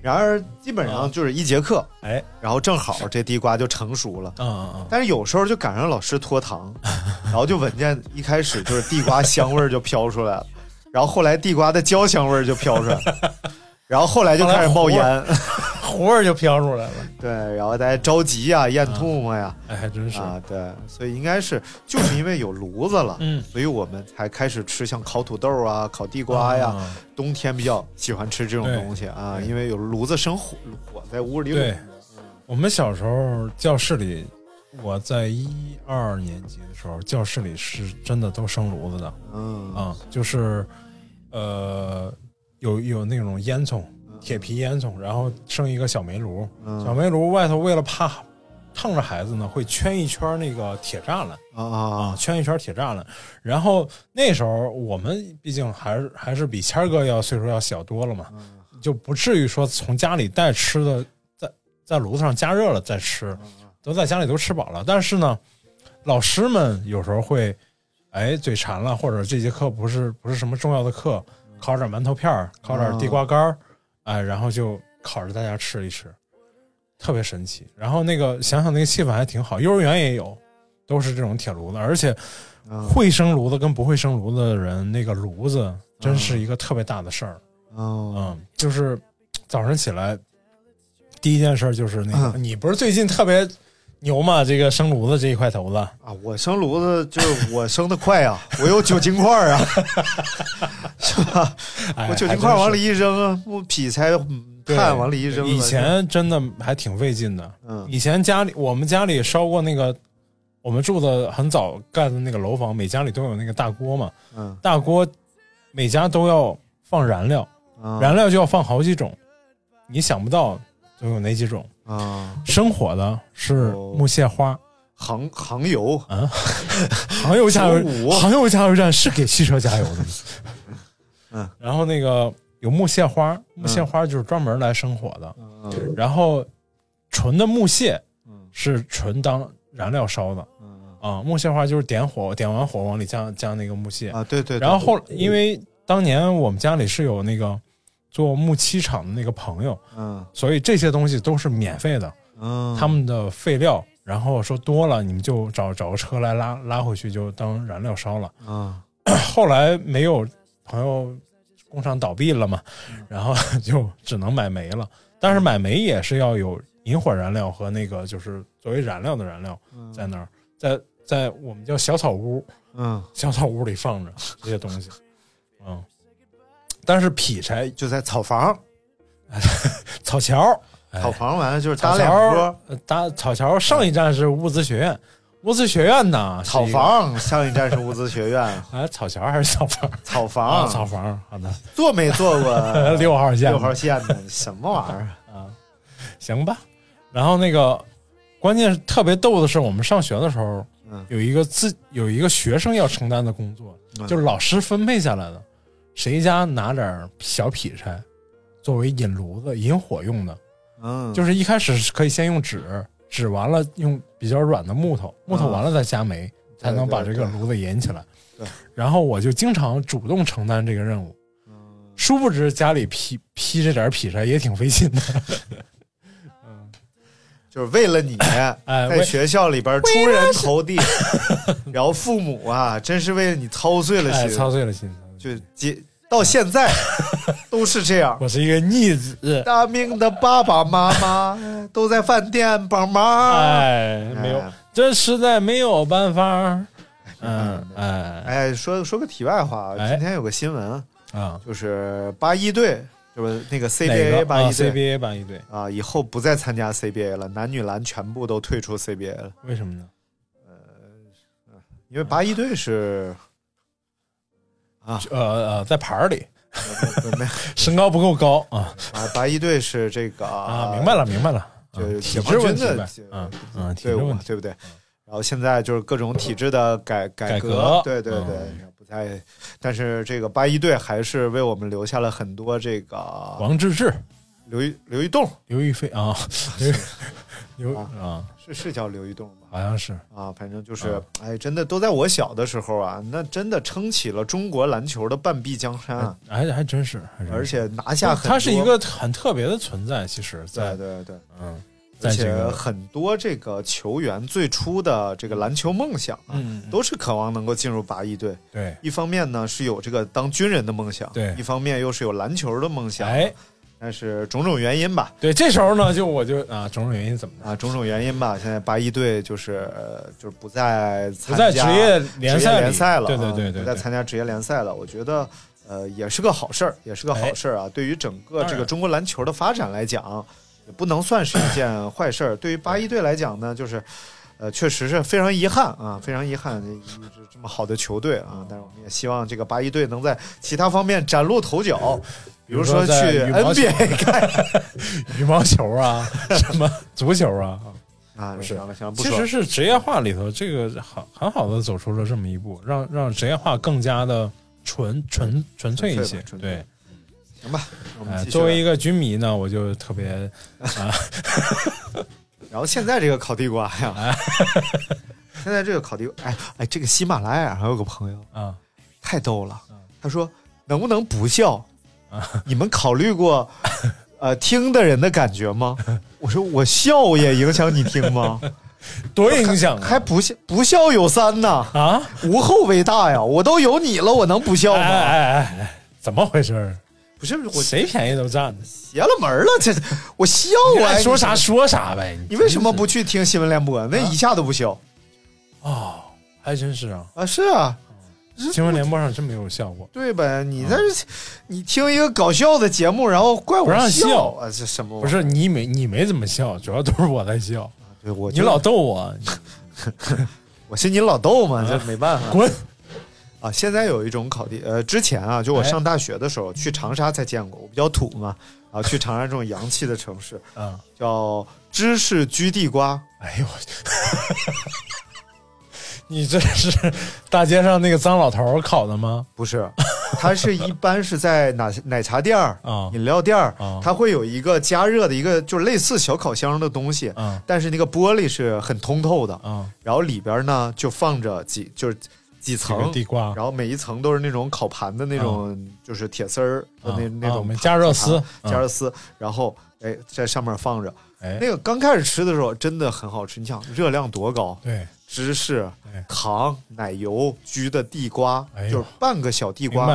然而基本哦上就是一节课，哎，然后正好这地瓜就成熟了。嗯嗯嗯，但是有时候就赶上老师拖堂， 然后就闻见一开始就是地瓜香味儿就飘出来了，然后后来地瓜的焦香味儿就飘出来了， 然后后来就开始冒烟，糊味儿就飘出来了。 对，然后大家着急呀、咽吐沫呀，哎，还嗯真是。啊，对，所以应该是就是因为有炉子了，嗯所以我们才开始吃像烤土豆啊、烤地瓜呀，啊冬天比较喜欢吃这种东西啊，对因为有炉子生火，火在屋里对里我们小时候教室里，我在一二年级的时候，教室里是真的都生炉子的嗯啊、就是呃，有有那种烟囱，铁皮烟囱，然后生一个小煤炉，小煤炉外头为了怕烫着孩子呢，会圈一圈那个铁栅栏。啊啊啊，圈一圈铁栅栏。然后那时候我们毕竟还是还是比谦儿哥要岁数要小多了嘛，就不至于说从家里带吃的，在在炉子上加热了再吃，都在家里都吃饱了。但是呢，老师们有时候会，哎，嘴馋了，或者这节课不是不是什么重要的课，烤点馒头片儿，烤点地瓜干儿，哎，然后就烤着大家吃一吃。特别神奇，然后那个想想那个气氛还挺好，幼儿园也有，都是这种铁炉子，而且啊嗯会生炉子跟不会生炉子的人，那个炉子真是一个特别大的事儿。嗯嗯，就是早上起来第一件事就是那嗯个，你不是最近特别牛嘛？这个生炉子这一块头子，啊！我生炉子就是我生的快啊，我有酒精块儿啊，是吧？哎我酒精块儿往里还一扔啊，木劈柴嗯真是炭往里一扔啊，以前真的还挺费劲的。嗯以前家里我们家里烧过那个，我们住的很早盖的那个楼房，每家里都有那个大锅嘛，嗯大锅每家都要放燃料。嗯燃料就要放好几种，你想不到都有哪几种。啊生火的是哦木屑花，航航油航油加九油五航油加油站是给汽车加油的吗。 嗯，然后那个有木屑花，木屑花就是专门来生火的。嗯然后纯的木屑嗯是纯当燃料烧的嗯啊，木屑花就是点火，点完火往里加加那个木屑。啊对对，对嗯然后后因为当年我们家里是有那个做木漆厂的那个朋友，嗯所以这些东西都是免费的，嗯他们的废料，然后说多了你们就找找个车来拉拉回去，就当燃料烧了。啊后来没有朋友工厂倒闭了嘛，然后就只能买煤了，但是买煤也是要有引火燃料和那个就是作为燃料的燃料在那儿，在在我们叫小草屋，嗯，小草屋里放着这些东西，嗯。但是劈柴、就在草房，草桥、哎草房完了就是搭草两桥坡，、呃搭草桥，上一站是物资学院，物资学院呢，是草一个房。上一站是物资学院，啊，草桥还是草房？草啊，房，草房，好的， 坐没坐过六号线六号线的什么玩意儿？啊行吧。然后那个，关键是特别逗的是，我们上学的时候，嗯有一个自有一个学生要承担的工作，嗯就是老师分配下来的，谁家拿点儿小劈柴，作为引炉子、引火用的。嗯，就是一开始是可以先用纸，纸完了用比较软的木头，嗯木头完了再加煤，才能把这个炉子引起来对对。然后我就经常主动承担这个任务，嗯殊不知家里劈劈这点儿劈柴也挺费劲的。就是为了你，哎在为学校里边出人头地， 然后父母啊，真是为了你操碎了哎，心，操碎了心。就结到现 在都是这样。我是一个逆子，大明的爸爸妈妈都在饭店帮忙。哎，没有啊哎，这实在没有 办法。嗯，哎，哎，说说个题外话，啊哎今天有个新闻，啊，就是八一队，就是那个哪 CBA 个八啊一队？CBA 八一队，啊，以后不再参加 CBA 了，男女篮全部都退出 CBA 了，为什么呢？因为八一队是 呃呃，在牌儿里，不没身高不够高啊啊，八一队是这个啊！明白了，明白了，就是嗯体解制放问军题的呗解，嗯嗯，体队制伍问嘛，题，对不对？然后现在就是各种体制的改改改革，革对对嗯对，不太。但是这个八一队还是为我们留下了很多这个王治郅、刘一刘一栋，刘亦菲 啊，刘刘啊，是是叫刘一栋吧？好像是啊，反正就是，嗯哎，真的都在我小的时候啊，那真的撑起了中国篮球的半壁江山啊，还还真是，哎还真是而且拿下很多，他是一个很特别的存在，其实，对在对对，嗯，而在这且个很多这个球员最初的这个篮球梦想啊，嗯嗯都是渴望能够进入八一队。对一方面呢是有这个当军人的梦想，对一方面又是有篮球的梦想，哎，但是种种原因吧，对，这时候呢，就我就啊，种种原因怎么的，啊，种种原因吧，现在八一队就是呃，就是不再不参加在职业联职赛业里联赛了，对啊对对对不再对，参加职业联赛了。我觉得呃也是个好事儿，也是个好事儿啊。对于整个哎当这个然中国篮球的发展来讲，也不能算是一 件坏事儿。对于八一队来讲呢，就是。呃，确实是非常遗憾啊，非常遗憾，这这这么好的球队啊，但是我们也希望这个八一队能在其他方面崭露头角，比如说去在羽毛球 NBA 看羽毛球啊，什么足 球啊，啊，不是行了行了，不其说实是职业化里头，这个很很好的走出了这么一步，让让职业化更加的纯纯纯粹一些纯粹吧。纯粹对，行吧，我们哎，继续作为吧一个军迷呢，我就特别啊然后现在这个烤地瓜 呀，现在这个烤地瓜，哎哎，这个喜马拉雅上有个朋友啊，太逗了，他说能不能不笑？啊你们考虑 过呃听的人的感觉吗？我说我笑也影响你听吗？ 多 影响啊还不笑不笑有三呢，啊！无后为大呀！我都有你了，我能不笑哎吗？哎哎哎，怎么回事儿？不是我谁便宜都占的，邪了门了，这我笑你啊！爱说你啥说啥呗。你为什么不去听新闻联播？啊那一下都不笑哦？还真是啊，啊！是啊，新闻联播上真没有效果。对呗？你嗯在这，你听一个搞笑的节目，然后怪我不让笑笑啊？这什么？不，是你没你没怎么笑，主要都是我在笑。对我你就老逗我，你我是你老逗啊嘛，这没办法 滚！啊。现在有一种烤地，呃，之前啊，就我哎上大学的时候去长沙才见过，我比较土嘛，啊，去长沙这种洋气的城市，啊！叫芝士居地瓜，哎呦 我去！你这是大街上那个脏老头儿烤的吗？不是，它是一般是在奶奶茶店儿、啊饮料店儿啊，它会有一个加热的一个，就是类似小烤箱的东西，啊但是那个玻璃是很通透的，啊，然后里边呢就放着几就是几这层个地瓜然后每一层都是那种烤盘的那种，就是铁丝儿的那、啊那啊我种们盘加热丝啊盘加热丝，然后哎在上面放着。哎那，个刚开始吃的时候真的很好吃，你想热量多高？对，芝士对、糖、奶油、焗的地瓜，哎呦就是半个小地明瓜，白。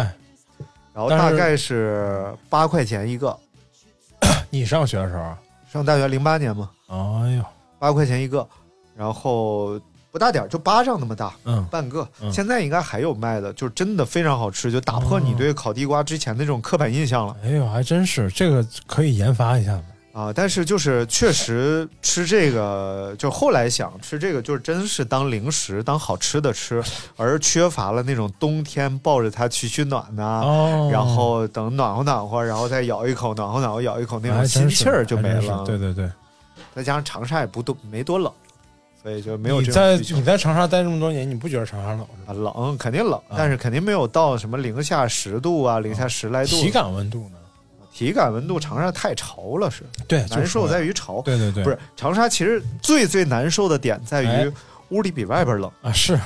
然后但大是概是八块钱一个。你上学的时候，啊上大学零八年嘛，哎呦，八块钱一个，然后不大点儿，就巴掌那么大，嗯半个。嗯哦现在应该还有卖的，就是真的非常好吃，就打破你对烤地瓜之前的这种刻板印象了哎呦，还真是这个可以研发一下吗？啊。但是就是确实吃这个，就后来想吃这个，就是真是当零食、当好吃的 吃，而缺乏了那种冬天抱着它取取暖呐、哦啊然后等暖和暖和，然后再咬一口，暖和暖和，咬一口那种心气儿就没还哎真了。是对，对对，再加上长沙也不多没多冷，所以就没有你这在种需求。你在长沙待这么多年，你不觉得长沙冷是吧？啊，冷肯定冷，啊但是肯定没有到什么零下十度啊，零下十来度。体感温度呢？体感温度，长沙太潮了，是对，哎就难是受说在于潮。对对对，不是长沙，其实最最难受的点在哎于屋里比外边冷，啊，是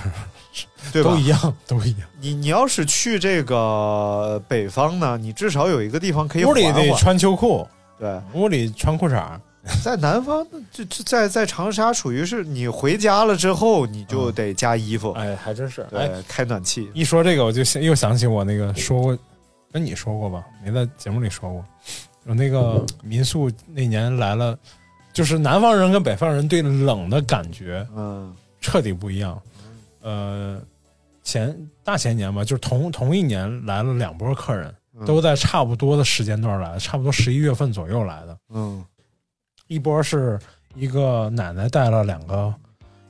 对吧都？一样，都一样，你你要是去这个北方呢，你至少有一个地方可以屋缓里得缓。穿秋裤，对，屋里穿裤衩，在南方，这这在在长沙属于是你回家了之后，你就得加衣服，嗯哎，还真是，哎，对，开暖气。一说这个，我就想又想起我那个说过，跟你说过吧，没在节目里说过。我那个民宿那年来了，就是南方人跟北方人对冷的感觉嗯彻底不一样。呃，前大前年吧，就是同同一年来了两波客人，都在差不多的时间段来的，差不多十一月份左右来的。嗯一波是一个奶奶带了两个，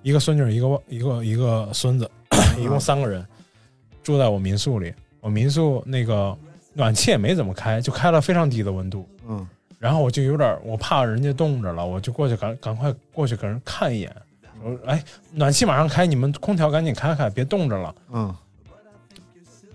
一个孙女儿，一个一个一个孙子， 一共三个人住在我民宿里。我民宿那个暖气也没怎么开，就开了非常低的温度。嗯然后我就有点儿，我怕人家冻着了，我就过去赶赶快过去给人看一眼。我说：“哎，暖气马上开，你们空调赶紧开开，别冻着了。嗯，”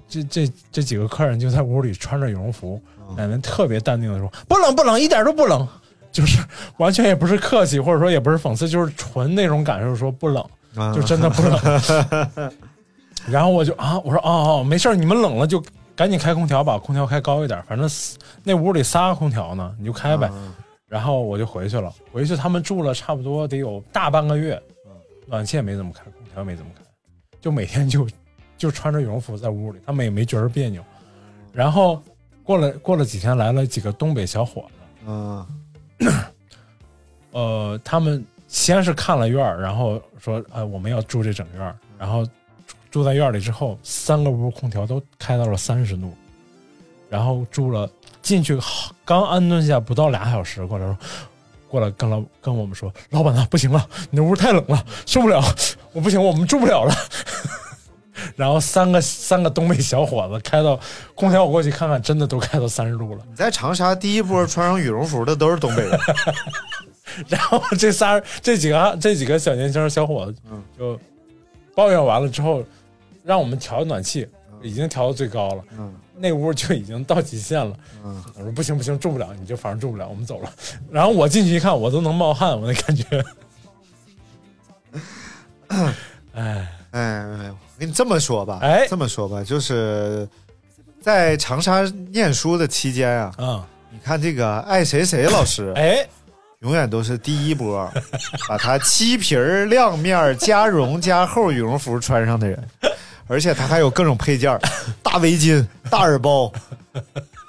这这这几个客人就在屋里穿着羽绒服，嗯奶奶特别淡定的说：“不冷不冷，一点都不冷。”就是完全也不是客气，或者说也不是讽刺，就是纯那种感受，说不冷，啊就真的不冷。 然后我就啊，我说哦哦，没事儿，你们冷了就赶紧开空调吧，空调开高一点，反正四那屋里仨空调呢，你就开呗。嗯然后我就回去了，回去他们住了差不多得有大半个月，嗯暖气也没怎么开，空调也没怎么开，就每天就就穿着羽绒服在屋里，他们也没觉着别扭。然后过了过了几天，来了几个东北小伙子，嗯呃，他们先是看了院儿，然后说，呃，我们要住这整院儿，然后住住在院儿里之后，三个屋空调都开到了三十度，然后住了进去好刚安顿下不到俩小时，过来说，过来跟老跟我们说，老板呐、不行了，你那屋太冷了，受不了，我不行，我们住不了了。 然后三个三个东北小伙子开到空调，我过去看看，真的都开到三十度了。你在长沙第一波穿上羽绒服的都是东北人，然后这仨这几个这几个小年轻小伙子嗯就抱怨完了之后，让我们调暖气，已经调到最高了，嗯那屋就已经到极限了。嗯我说不行不行，住不了，你这房住不了，我们走了。然后我进去一看，我都能冒汗，我那感觉，哎，哎，没有，我跟你这么说吧，哎这么说吧，就是在长沙念书的期间啊，嗯，你看这个爱谁谁老师，哎，永远都是第一波， 把他漆皮儿、亮面儿、加绒、加厚羽绒服穿上的人，而且他还有各种配 件儿，大围巾、大耳包、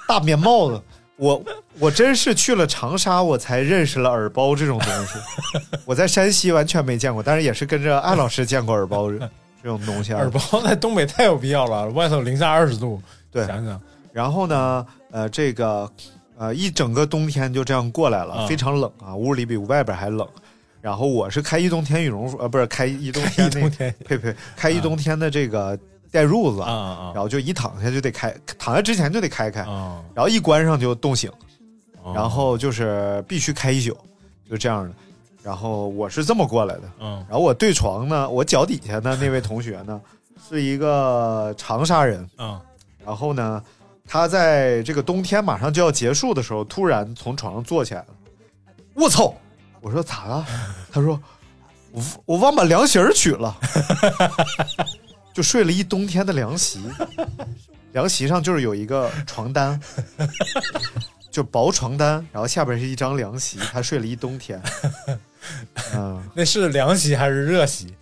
大棉帽子。我我真是去了长沙，我才认识了耳包这种东 西。我在山西完全没见过，但是也是跟着艾老师见过耳包这这种东西。啊耳包在东北太有必要了，外头零下二十度，对想想，然后呢，呃，这个呃一整个冬天就这样过来了，嗯非常冷啊，屋里比外边还冷。然后我是开一冬天羽绒服，呃，不是开一冬天开一那冬天呸呸，开一冬天的这个带褥子，啊啊然后就一躺下就得开，躺下之前就得开开，啊啊，然后一关上就冻醒，嗯然后就是必须开一宿，就这样的。然后我是这么过来的，嗯然后我对床呢，我脚底下的那位同学呢，是一个长沙人，嗯然后呢，他在这个冬天马上就要结束的时候，突然从床上坐起来了。我操！我说咋了？他说我我忘把凉席儿取了， 就睡了一冬天的凉席。凉席上就是有一个床单，就薄床单，然后下边是一张凉席，他睡了一冬天。嗯，那是凉席还是热席？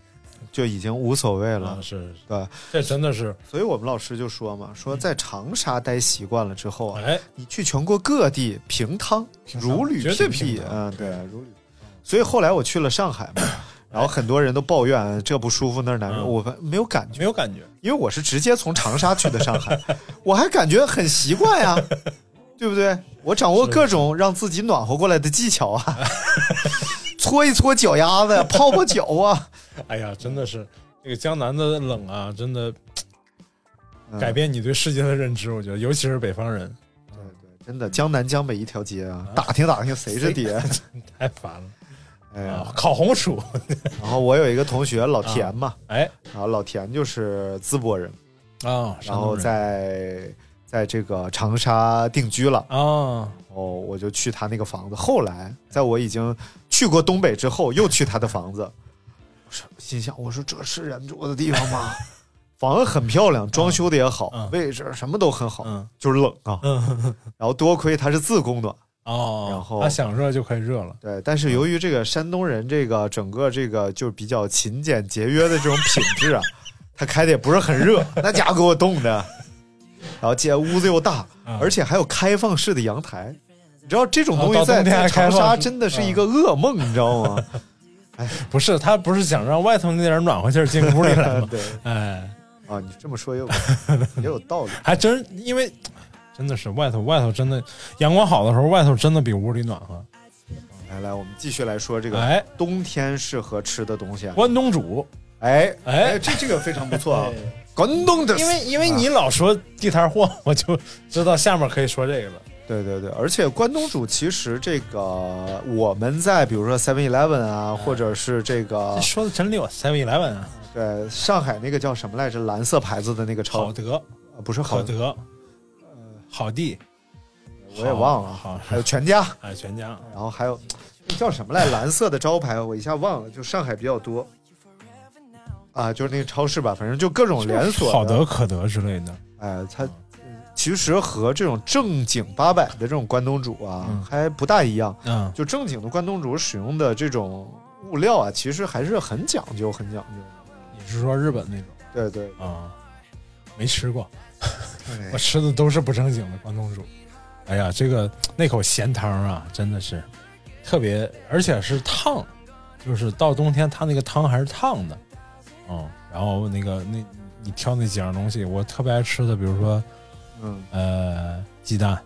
就已经无所谓了啊，。是，嗯对，这真的是，所以我们老师就说嘛，说在长沙待习惯了之后啊，哎，你去全国各地平汤汤如履绝地对平，汤嗯，对，如履。所以后来我去了上海 嘛，然后很多人都抱怨这不舒服那儿难受，嗯我没有感觉，没有感觉，因为我是直接从长沙去的上 海，我还感觉很习惯呀、对不对？我掌握各种让自己暖和过来的技巧啊， 搓一搓脚丫 子，泡泡脚啊，哎呀，真的是这个江南的冷啊，真的嗯改变你对世界的认知，我觉得，尤其是北方人，真的江南江北一条街啊，打听打听谁是爹， 太烦了。哎呀，啊，烤红薯，然后我有一个同学老田嘛，哎，然后老田就是淄博人，啊，然后在在这个长沙定居了，啊，哦，我就去他那个房子。后来在我已经去过东北之后，又去他的房子，我说心想，我说这是人住的地方吗？ 房子很漂亮，装修的也好，嗯位置什么都很好，嗯就是冷啊。嗯，然后多亏它是自供暖，哦，然后他想热就可以热了，对，但是由于这个山东人这个整个这个就是比较勤俭节约的这种品质 啊，他开的也不是很热，那家伙给我冻的。然后这屋子又大，嗯而且还有开放式的阳台，你知道这种东哦西到在冬天在还开长放沙式嗯真的是一个噩梦，你知道 吗？不是他不是想让外头那点暖和劲儿进屋里来吗 ？对哎，啊，你这么说也有 也有道理。还真因为真的是外头外头真的阳光好的时候，外头真的比屋里暖和。来来，我们继续来说这个哎，冬天适合吃的东西啊。关东煮，哎哎哎，这这个非常不错啊，关东的 因为因为你老说地摊货， 我就知道下面可以说这个了。对对对，而且关东煮其实这个我们在比如说 Seven Eleven 啊，哎或者是这个这说的真溜，Seven Eleven 啊，对上海那个叫什么来着，蓝色牌子的那个好超，德，呃不是好好，德，好地，呃我也忘了，好还有全家，哎，全家然后还有那叫什么来，蓝色的招牌我一下忘了，就上海比较多。啊，就是那个超市吧，反正就各种连锁的。好德、，可德之类的。哎，它其实和这种正经八百的这种关东煮啊，嗯还不大一样。嗯，就正经的关东煮使用的这种物料啊，其实还是很讲究，很讲究的。你是说日本那种对对，啊？没吃过，我哎吃的都是不正经的关东煮。哎呀，这个那口咸汤啊，真的是特别，而且是烫，就是到冬天它那个汤还是烫的。嗯，然后那个那你挑那几样东西，我特别爱吃的，比如说嗯呃鸡蛋、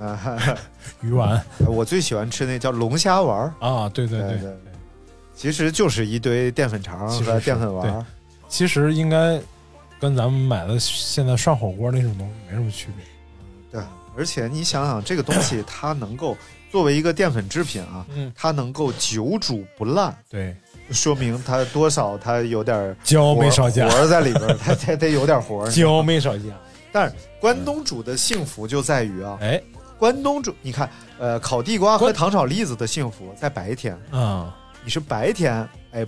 啊，鱼丸 我最喜欢吃那叫龙虾丸儿，啊，对对对对对对其实就是一堆淀粉肠其实和是淀粉丸儿。其实应该跟咱们买的现在涮火锅那种东西没什么区别。对，而且你想想，这个东 西它能够作为一个淀粉制品啊，嗯，它能够久煮不烂，对，说明它多少它有点儿胶哦没少加活，儿在里边儿，它它得有点 活儿。胶没少加。但是关东煮的幸福就在于啊，哎，关东煮，你看，呃，烤地瓜和关糖炒栗子的幸福在白天，嗯，你是白天，哎，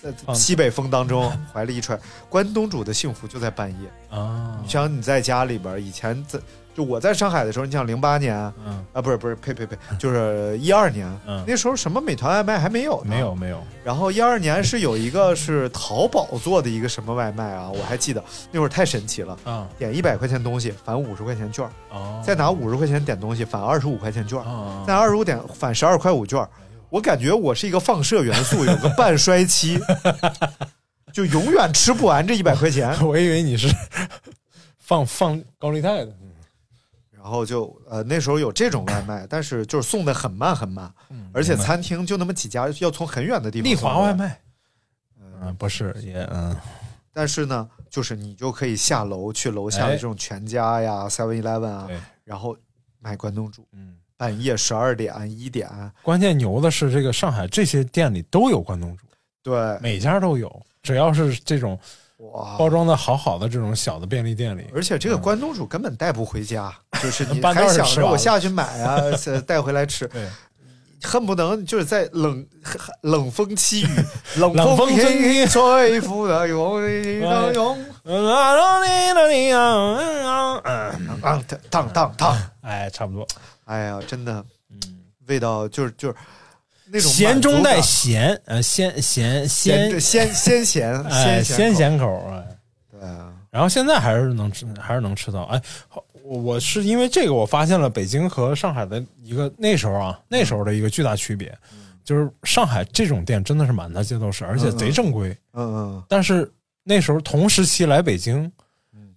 在嗯西北风当中怀里一揣。关东煮的幸福就在半夜。啊你，想你在家里边儿，以前在就我在上海的时候，你想零八年啊，嗯，不是不是，呸呸呸，就是一二年，嗯那时候什么美团外卖还没有呢，没有。没有，然后一二年是有一个是淘宝做的一个什么外卖啊，我还记得那会儿太神奇了，啊，点一百块钱东西返五十块钱券儿，哦，再拿五十块钱点东西返二十五块钱券儿。啊，哎在二十五点返十二块五券，我感觉我是一个放射元素，有个半衰 期，就永远吃不完这一百块钱。 我以为你是放放高利贷的，嗯然后就呃那时候有这种外卖，但是就是送的很慢很慢，而且餐厅就那么几家，要从很远的地方。嗯丽华外。卖，嗯，不是也嗯但是呢，就是你就可以下楼去楼下的哎这种全家呀、Seven Eleven 啊对，然后买关东煮，嗯，半夜十二点一点， 关键牛的是这个上海这些店里都有关东煮，对，每家都有，只要是这种哇，包装的好好的这种小的便利店里，而且这个关东煮根本带不回 家，就是你哎搬到还那儿想吃着完我了下去买啊， 是带回来吃， 对，恨不能就是在冷冷风凄雨，冷 冷风轻轻雨雨吹拂的永当永啊嗯，当当当当，哎，差不多，哎呀，真的，味道就是就是。那种咸满足中带感咸，呃，咸咸咸鲜，鲜鲜 咸哎，鲜鲜咸口，咸口啊。对啊，然后现在还是能吃，还是能吃到。哎，好我我是因为这个，我发现了北京和上海的一个那时候啊，嗯那时候的一个巨大区别，就是上海这种店真的是满大街都是，而且贼正规。嗯嗯，但是那时候同时期来北京嗯，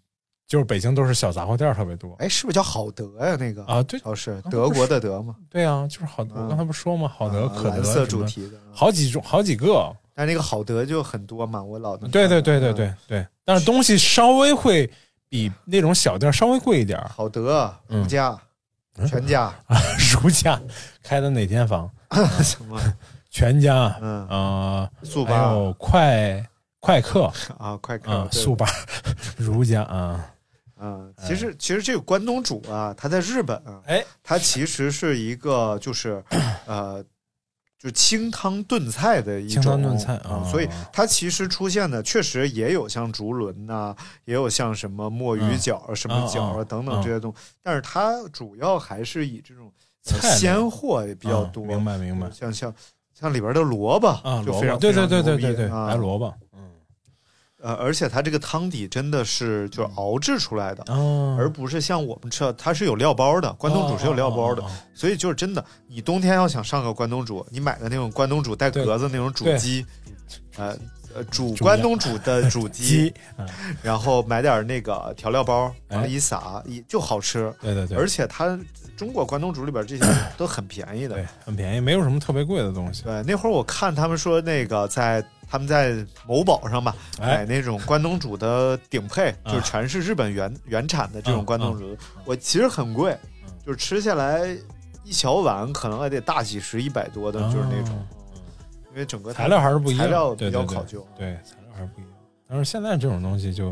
就是北京都是小杂货店儿特别多。哎，是不是叫好德呀？那个啊对超市德国的德嘛，对啊，就是好，我刚才不是说吗？好德、啊可德蓝什么色主的，题的，好几种，好几个。但那个好德就很多嘛，我老能嗯对对看到对对，对对，但是东西稍微会比那种小店儿稍微贵一点儿 嗯。好德、嗯如家、全家如家开的哪间房？什么，全家，嗯呃， 速还八有快快客啊，快啊看，对速八，哎如家啊，嗯，其实其实这个关东煮啊，它在日本啊，哎，它其实是一个就是呃，就清汤炖菜的一种清汤炖菜嗯啊所以它其实出现的确实也有像竹轮呐、也有像什么墨鱼饺啊、什么饺啊嗯啊啊等等这些东西，但是它主要还是以这种呃菜类鲜货也比较啊多，明白明白像像像里边的萝卜啊，就萝非卜，常对非对常对牛对逼对对，啊白萝卜呃，而且它这个汤底真的是嗯就是熬制出来的，啊，而不是像我们吃的，它是有料包的，关东煮是有料包的，哦哦哦所以就是真的，你冬天要想上个关东煮，你买的那种关东煮带格子那种煮鸡，呃呃煮煮关东煮 的煮鸡鸡，，啊然后买点那个调料包，哎往里一撒，一就好吃。对对对，而且它中国关东煮里边 这些都很便宜的对。很便宜，没有什么特别贵的东西。对，那会儿我看他们说那个在他们在某宝上吧，哎买那种关东煮的顶配，啊就是全是日本原原产的这种嗯关东煮，我其实很贵，就是吃下来一小碗可能还得大几十、一百多的，就是那种，因为整个材料还是不一样，材料对比对较对考究。对，材料还是不一样。但是现在这种东西就，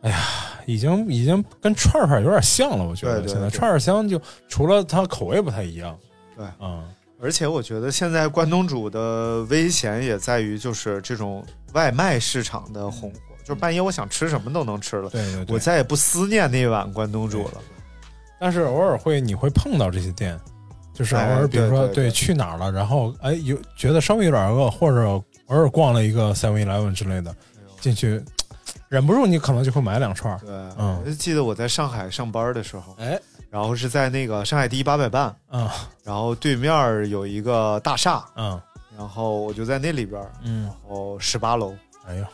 哎呀，已经已经跟串串有点像了，我觉得对对现对在串串香就除了它口味不太一样，对嗯，而且我觉得现在关东煮的危险也在于，就是这种外卖市场的红火，就是半夜我想吃什么都能吃了，对对对。我再也不思念那碗关东煮了。但是偶尔会你会碰到这些店，就是偶哎尔比如对说、对对去哪儿了，然后哎有觉得稍微有点饿，或者偶尔逛了一个 Seven Eleven 之类的，进去忍不住你可能就会买两串儿，对，嗯我就记得我在上海上班的时候，哎，然后是在那个上海第一八佰伴，嗯然后对面儿有一个大厦，嗯然后我就在那里边儿，嗯，然后十八楼，哎呦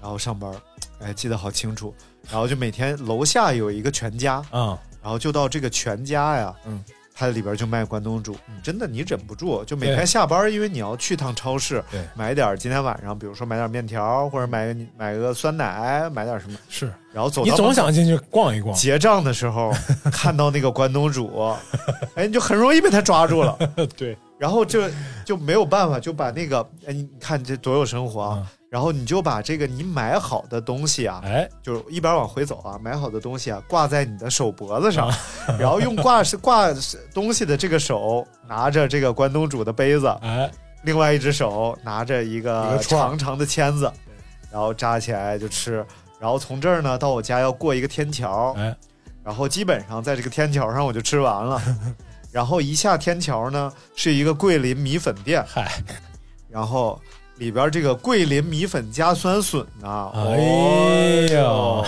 然后上班儿，哎，记得好清楚。然后就每天楼下有一个全家，嗯然后就到这个全家呀，嗯，它里边就卖关东煮，真的你忍不住，就每对天下班儿，因为你要去趟超市对，买点儿今天晚上，比如说买点儿面条儿，或者买个买个酸奶，买点儿什么，是然后走你到总门口想进去逛一逛，哦结账的时 候看到那个关东煮， 哎，你就很容易被他抓住了。 对，然后这就没有办法，就把那个，哎，你看这多有生活啊！然后你就把这个你买好的东西啊，嗯哎，就是一边往回走啊，买好的东西啊，挂在你的手脖子 上，然后用挂是挂东西的这个手拿着这个关东煮的杯子，哎，另外一只手拿着一一个个串儿长长的签子，然后扎起来就吃。然后从这儿呢到我家要过一个天桥，哎，然后基本上在这个天桥上我就吃完 了。然后一下天桥呢是一个桂林米粉店，嗨，然后里边这个桂林米粉加酸笋呐、哎呦呦，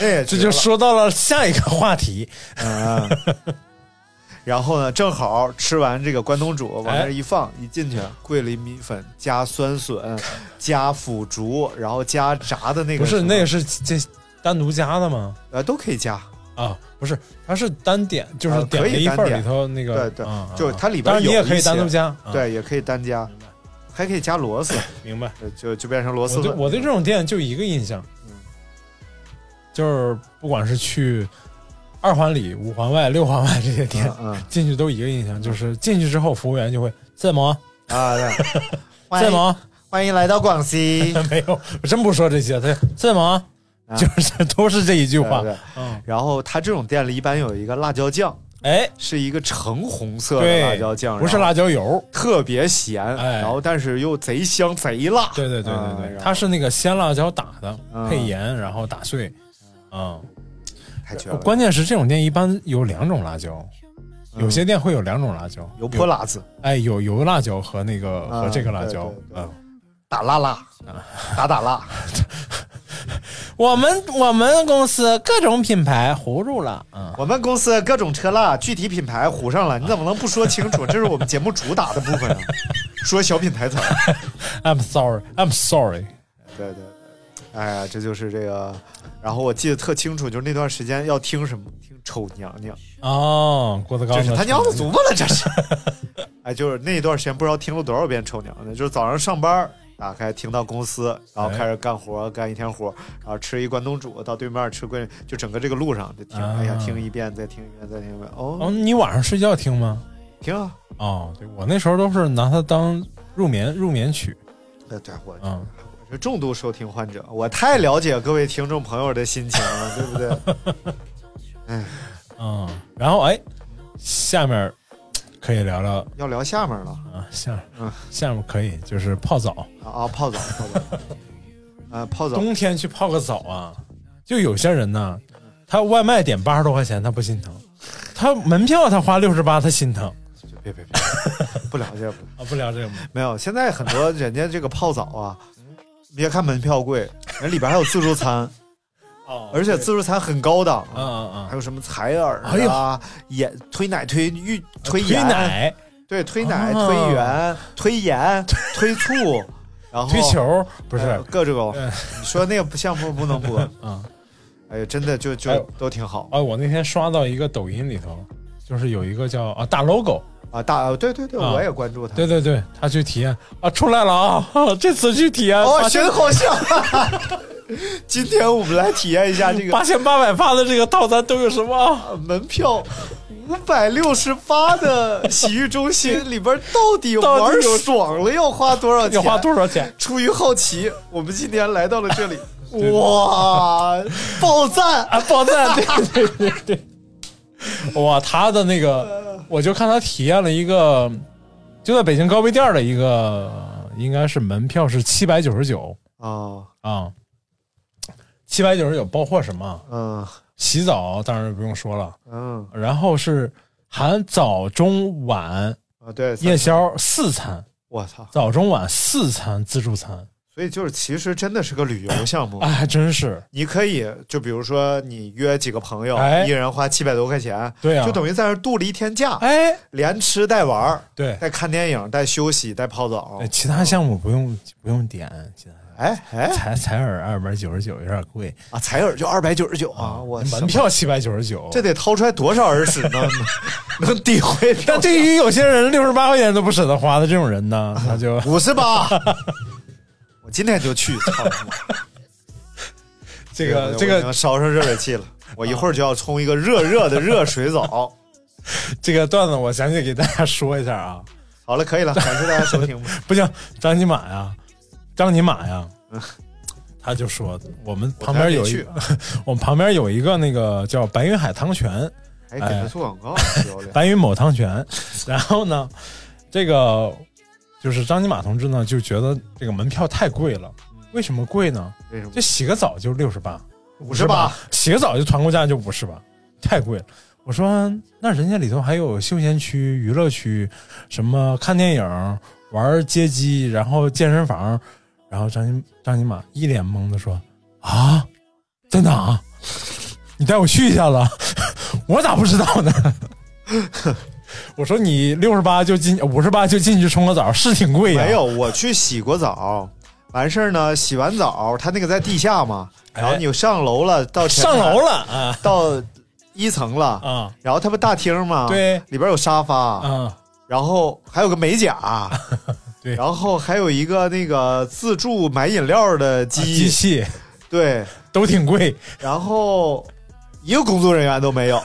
那也 这绝就了说到了下一个话题，嗯。 然后呢，正好吃完这个关东煮，往那儿一放，一进去，桂林米粉加酸笋，加腐竹，然后加炸的那个不是，什么那也是这单独加的吗？呃都可以加，啊，不是，它是单点，就啊是点可了以一单份儿点里头那对个，对啊就是它里边当然你有也一可以单独些加，啊，对，也可以单加，还可以加螺丝， 明白。呃就就变成螺我蛳对粉。我对这种店就一个印象，嗯就是不管是去二环里、五环外、六环外这些店嗯，嗯进去都一个印象，就是进去之后服务员就会在忙，啊，对 欢在迎忙，欢迎来到广 西。没有，我真不说这些，他就在忙，啊就是都是这一句话对。对嗯，然后它这种店里一般有一个辣椒酱，哎，是一个橙红色的对，辣椒酱，不是然后辣椒油。特别咸，哎然后但是又贼香贼辣。对对对对啊对，然后它是那个鲜辣椒打的，嗯配盐然后打碎。嗯，太绝了。关键是这种店一般有两种辣椒，一有些店会有两种辣椒，嗯油泼辣子，哎，有油辣椒和那个啊和这个辣椒对对。对嗯，啊打辣辣， 打打辣， 我们我们公司各种品牌糊住了。嗯，我们公司各种车蜡，具体品牌糊上了，你怎么能不说清楚？这是我们节目主打的部 分啊，说小品台词儿。 I'm sorry, I'm sorry。对对对，哎呀，这就是这个。然后我记得特清楚，就是那段时间要听什么，听丑娘娘，哦，郭德纲就的是他娘的祖厨母了，这是。 哎，就是那一段时间不知道听了多少遍丑娘娘，就是早上上班。打开听到公司，然后开始干活，干一天活，然后吃一关东煮，到对面吃关，就整个这个路上就听，啊哎呀，听一遍，再听一遍，再听一遍，娘。哦，哦，你晚上睡觉听吗？听啊，哦，对我那时候都是拿它当入眠入眠曲。哎，对我嗯，是重度收听患者，我太了解各位听众朋友的心情了，对不 对？嗯，然后哎，下面儿可以聊聊要聊下面了啊，下面、嗯下面可以就是泡澡，啊啊，泡澡，泡 澡，啊，泡澡，冬天去泡个澡啊，就有些人呢，他外卖点八十多块钱他不心疼，他门票他花六十八他心疼别别别，不聊这个，不啊，不聊这个吗？没有。现在很多人家这个泡澡啊，别看门票贵，人里边还有自助餐，哦而且自助餐很高档啊啊还有什么采耳哎啊啊、眼推奶、推浴、推推盐、奶、对，推奶、啊推圆、推 盐、推醋，然后推球不是、哎各种嗯。你 说那个项目不能 播。啊？哎呀，真的就就哎呦都挺好啊，我那天刷到一个抖音里头，就是有一个叫啊大 logo，啊！大对对对，啊我也关注他。对对对，他去体验啊，出来了啊， 这次去体验哦，发学现的好像。 今天我们来体验一下这个八千八百八的这个套餐都有什么啊？呃门票五百六十八的洗浴中心里边到底到玩底有爽了要花多少钱？要花多少钱？出于好奇，我们今天来到了这 里。哇，爆赞！啊，爆赞！ 对对对对，哇，他的那个，我就看他体验了一个，就在北京高碑店儿的一个，应该是门票是七百九十九哦，啊，七百九十九包括什么？嗯洗澡当然不用说了，嗯然后是含早中晚啊，对，夜宵四餐，我操！早中晚四餐自助餐，所以就是，其实真的是个旅 游项目哎，。还真是，你可以就比如说，你约几个朋友，哎一人花七百多块钱，对啊就等于在这儿度了一天假，哎，连吃带玩儿，对，带看电影，带休息，带泡澡哎。其他项目不用不用点，其他。哎哎采采耳二百九十九有点贵啊，采耳就二百九十九啊，我门票七百九十九。这得掏出来多少耳屎呢？ 能能诋 毁但对于有些人六十八块钱都不舍得花的这种人呢，那就 五十八？ 我今天就去，操他妈！ 这我个已这经个烧上热水器了，我一会儿就要冲一个热热的热水澡。 这个段子，我详细给大家说一下啊。好了，可以了，感谢大家收听吧。不行，张尼玛呀，张尼玛呀，他就说我们旁边有一嗯我个， 我们旁边有一个那个叫白云海汤泉，哎，给他做广告，漂亮。白云某汤泉。然后呢，这个就是张尼玛同志呢就觉得这个门票太贵了，为什么贵呢？为什么就？洗个澡就六十八， 58，洗个澡就团购价就五十八，太贵了。我说那人家里头还有休闲区、娱乐区，什么看电影、玩街机，然后健身房。然后张金张金马一脸懵的说：“啊，在哪儿？你带我去一下子， 我咋不知道呢？” 我说你六十八就进五十八就进去冲个澡是挺哎贵呀、没有，我去洗过澡，完事儿呢，洗完澡，他那个在地下嘛，然后你上楼了，到前台哎上楼了啊到一层了，啊然后他不大厅嘛，对里边有沙发，啊！然后还有个美甲， 对然后还有一个那个自助买饮料的啊机机，器对，都挺贵，然后一个工作人员都没 有，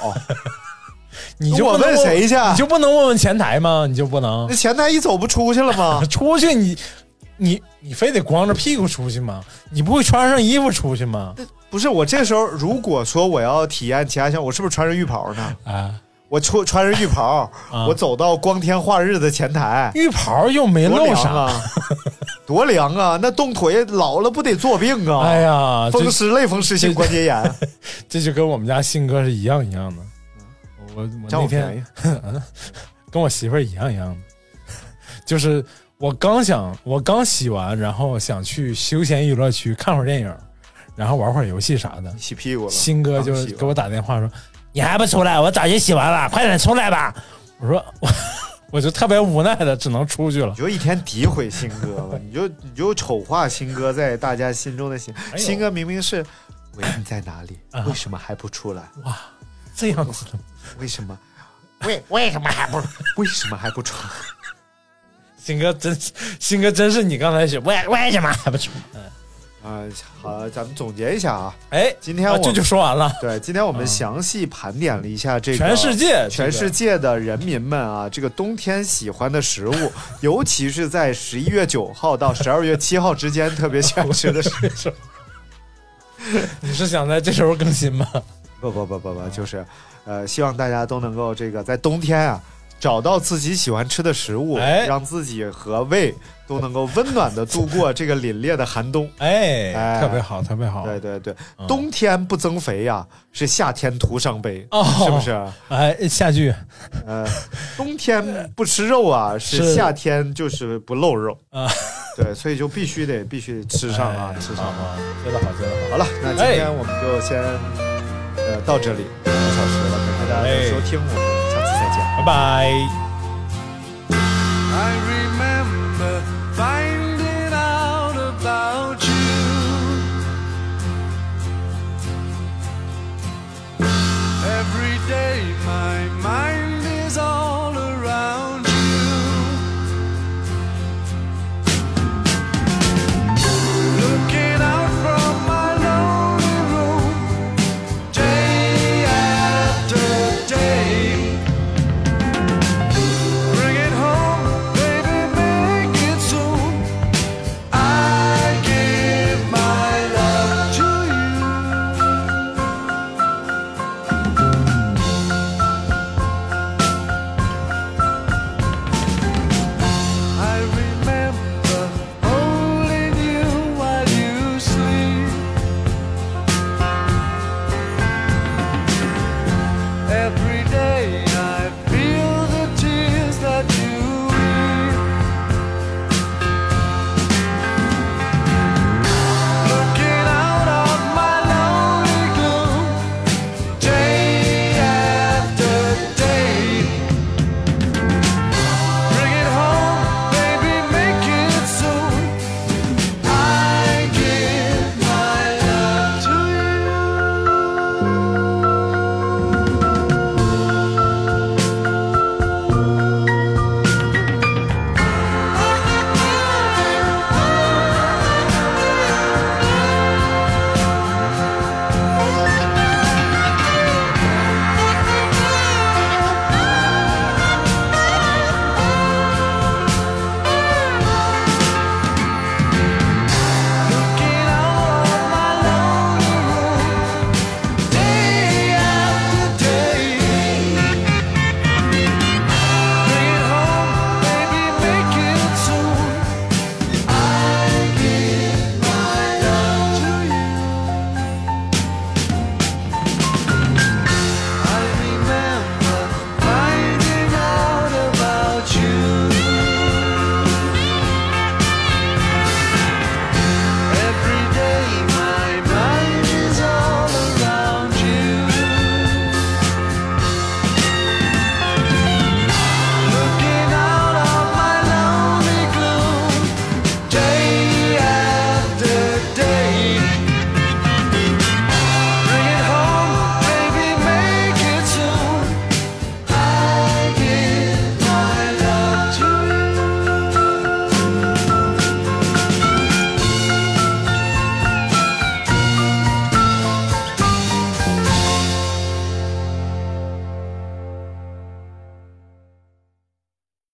你就我不能问谁去？啊你就不能问问前台吗？你就不能？那前台一走不出去了吗 出去你你你非得光着屁股出去吗？你不会穿上衣服出去吗？不是，我这时候如果说我要体验其他项目，我是不是穿着浴袍 呢？啊，我穿穿着浴袍，啊我走到光天化日的前台，浴袍又没多露凉啥，啊！ 多凉啊！那冻腿老了不得做病啊！哎，呀，这 风湿类风湿性关节炎，这就跟我们家信哥是一样一样的。我我占那嗯我天便宜。跟我媳妇儿一样一样的， 就是我刚想，我刚洗完，然后想去休闲娱乐区看会儿电影，然后玩会儿游戏啥的。洗屁股了。新哥就刚洗完给我打电话说：“你还不出来？我早就洗完了，快点出来吧！”我说：“我我就特别无奈的，只能出去了你。就一天诋毁新哥 了，你就你就丑化新哥在大家心中的形。哎呦新哥明明是，喂，你在哪里啊？为什么还不出来？”这样子的，为什么？为为什么还不？为什么还不出来？新哥真是，新哥真是你刚才是为为什么还不出？啊、好，咱们总结一下啊。哎，今天啊我这就说完了， 对，今天我们详细盘点了一下这个全世界，啊全世界的人民们啊，这个冬天喜欢的食 物，尤其是在十一月九号到十二月七号之间特别喜欢吃的食物。你是想在这时候更新吗？ 不不不不不，就是，呃，希望大家都能够这个在冬天啊，找到自己喜欢吃的食物，哎让自己和胃都能够温暖的度过这个凛冽的寒 冬。哎，哎特别好，特别好。对对对，冬天不增肥呀、是夏天徒伤悲，哦是不是？哎，下句，呃，冬天不吃肉啊， 是是夏天就是不露肉啊。对，所以就必须得必须得吃上啊，哎吃上啊。啊，真的好，真的好。好了，那今天我们就先呃到这里，一个小时了，哎感谢大家的收听，我们下次再见。拜拜。 I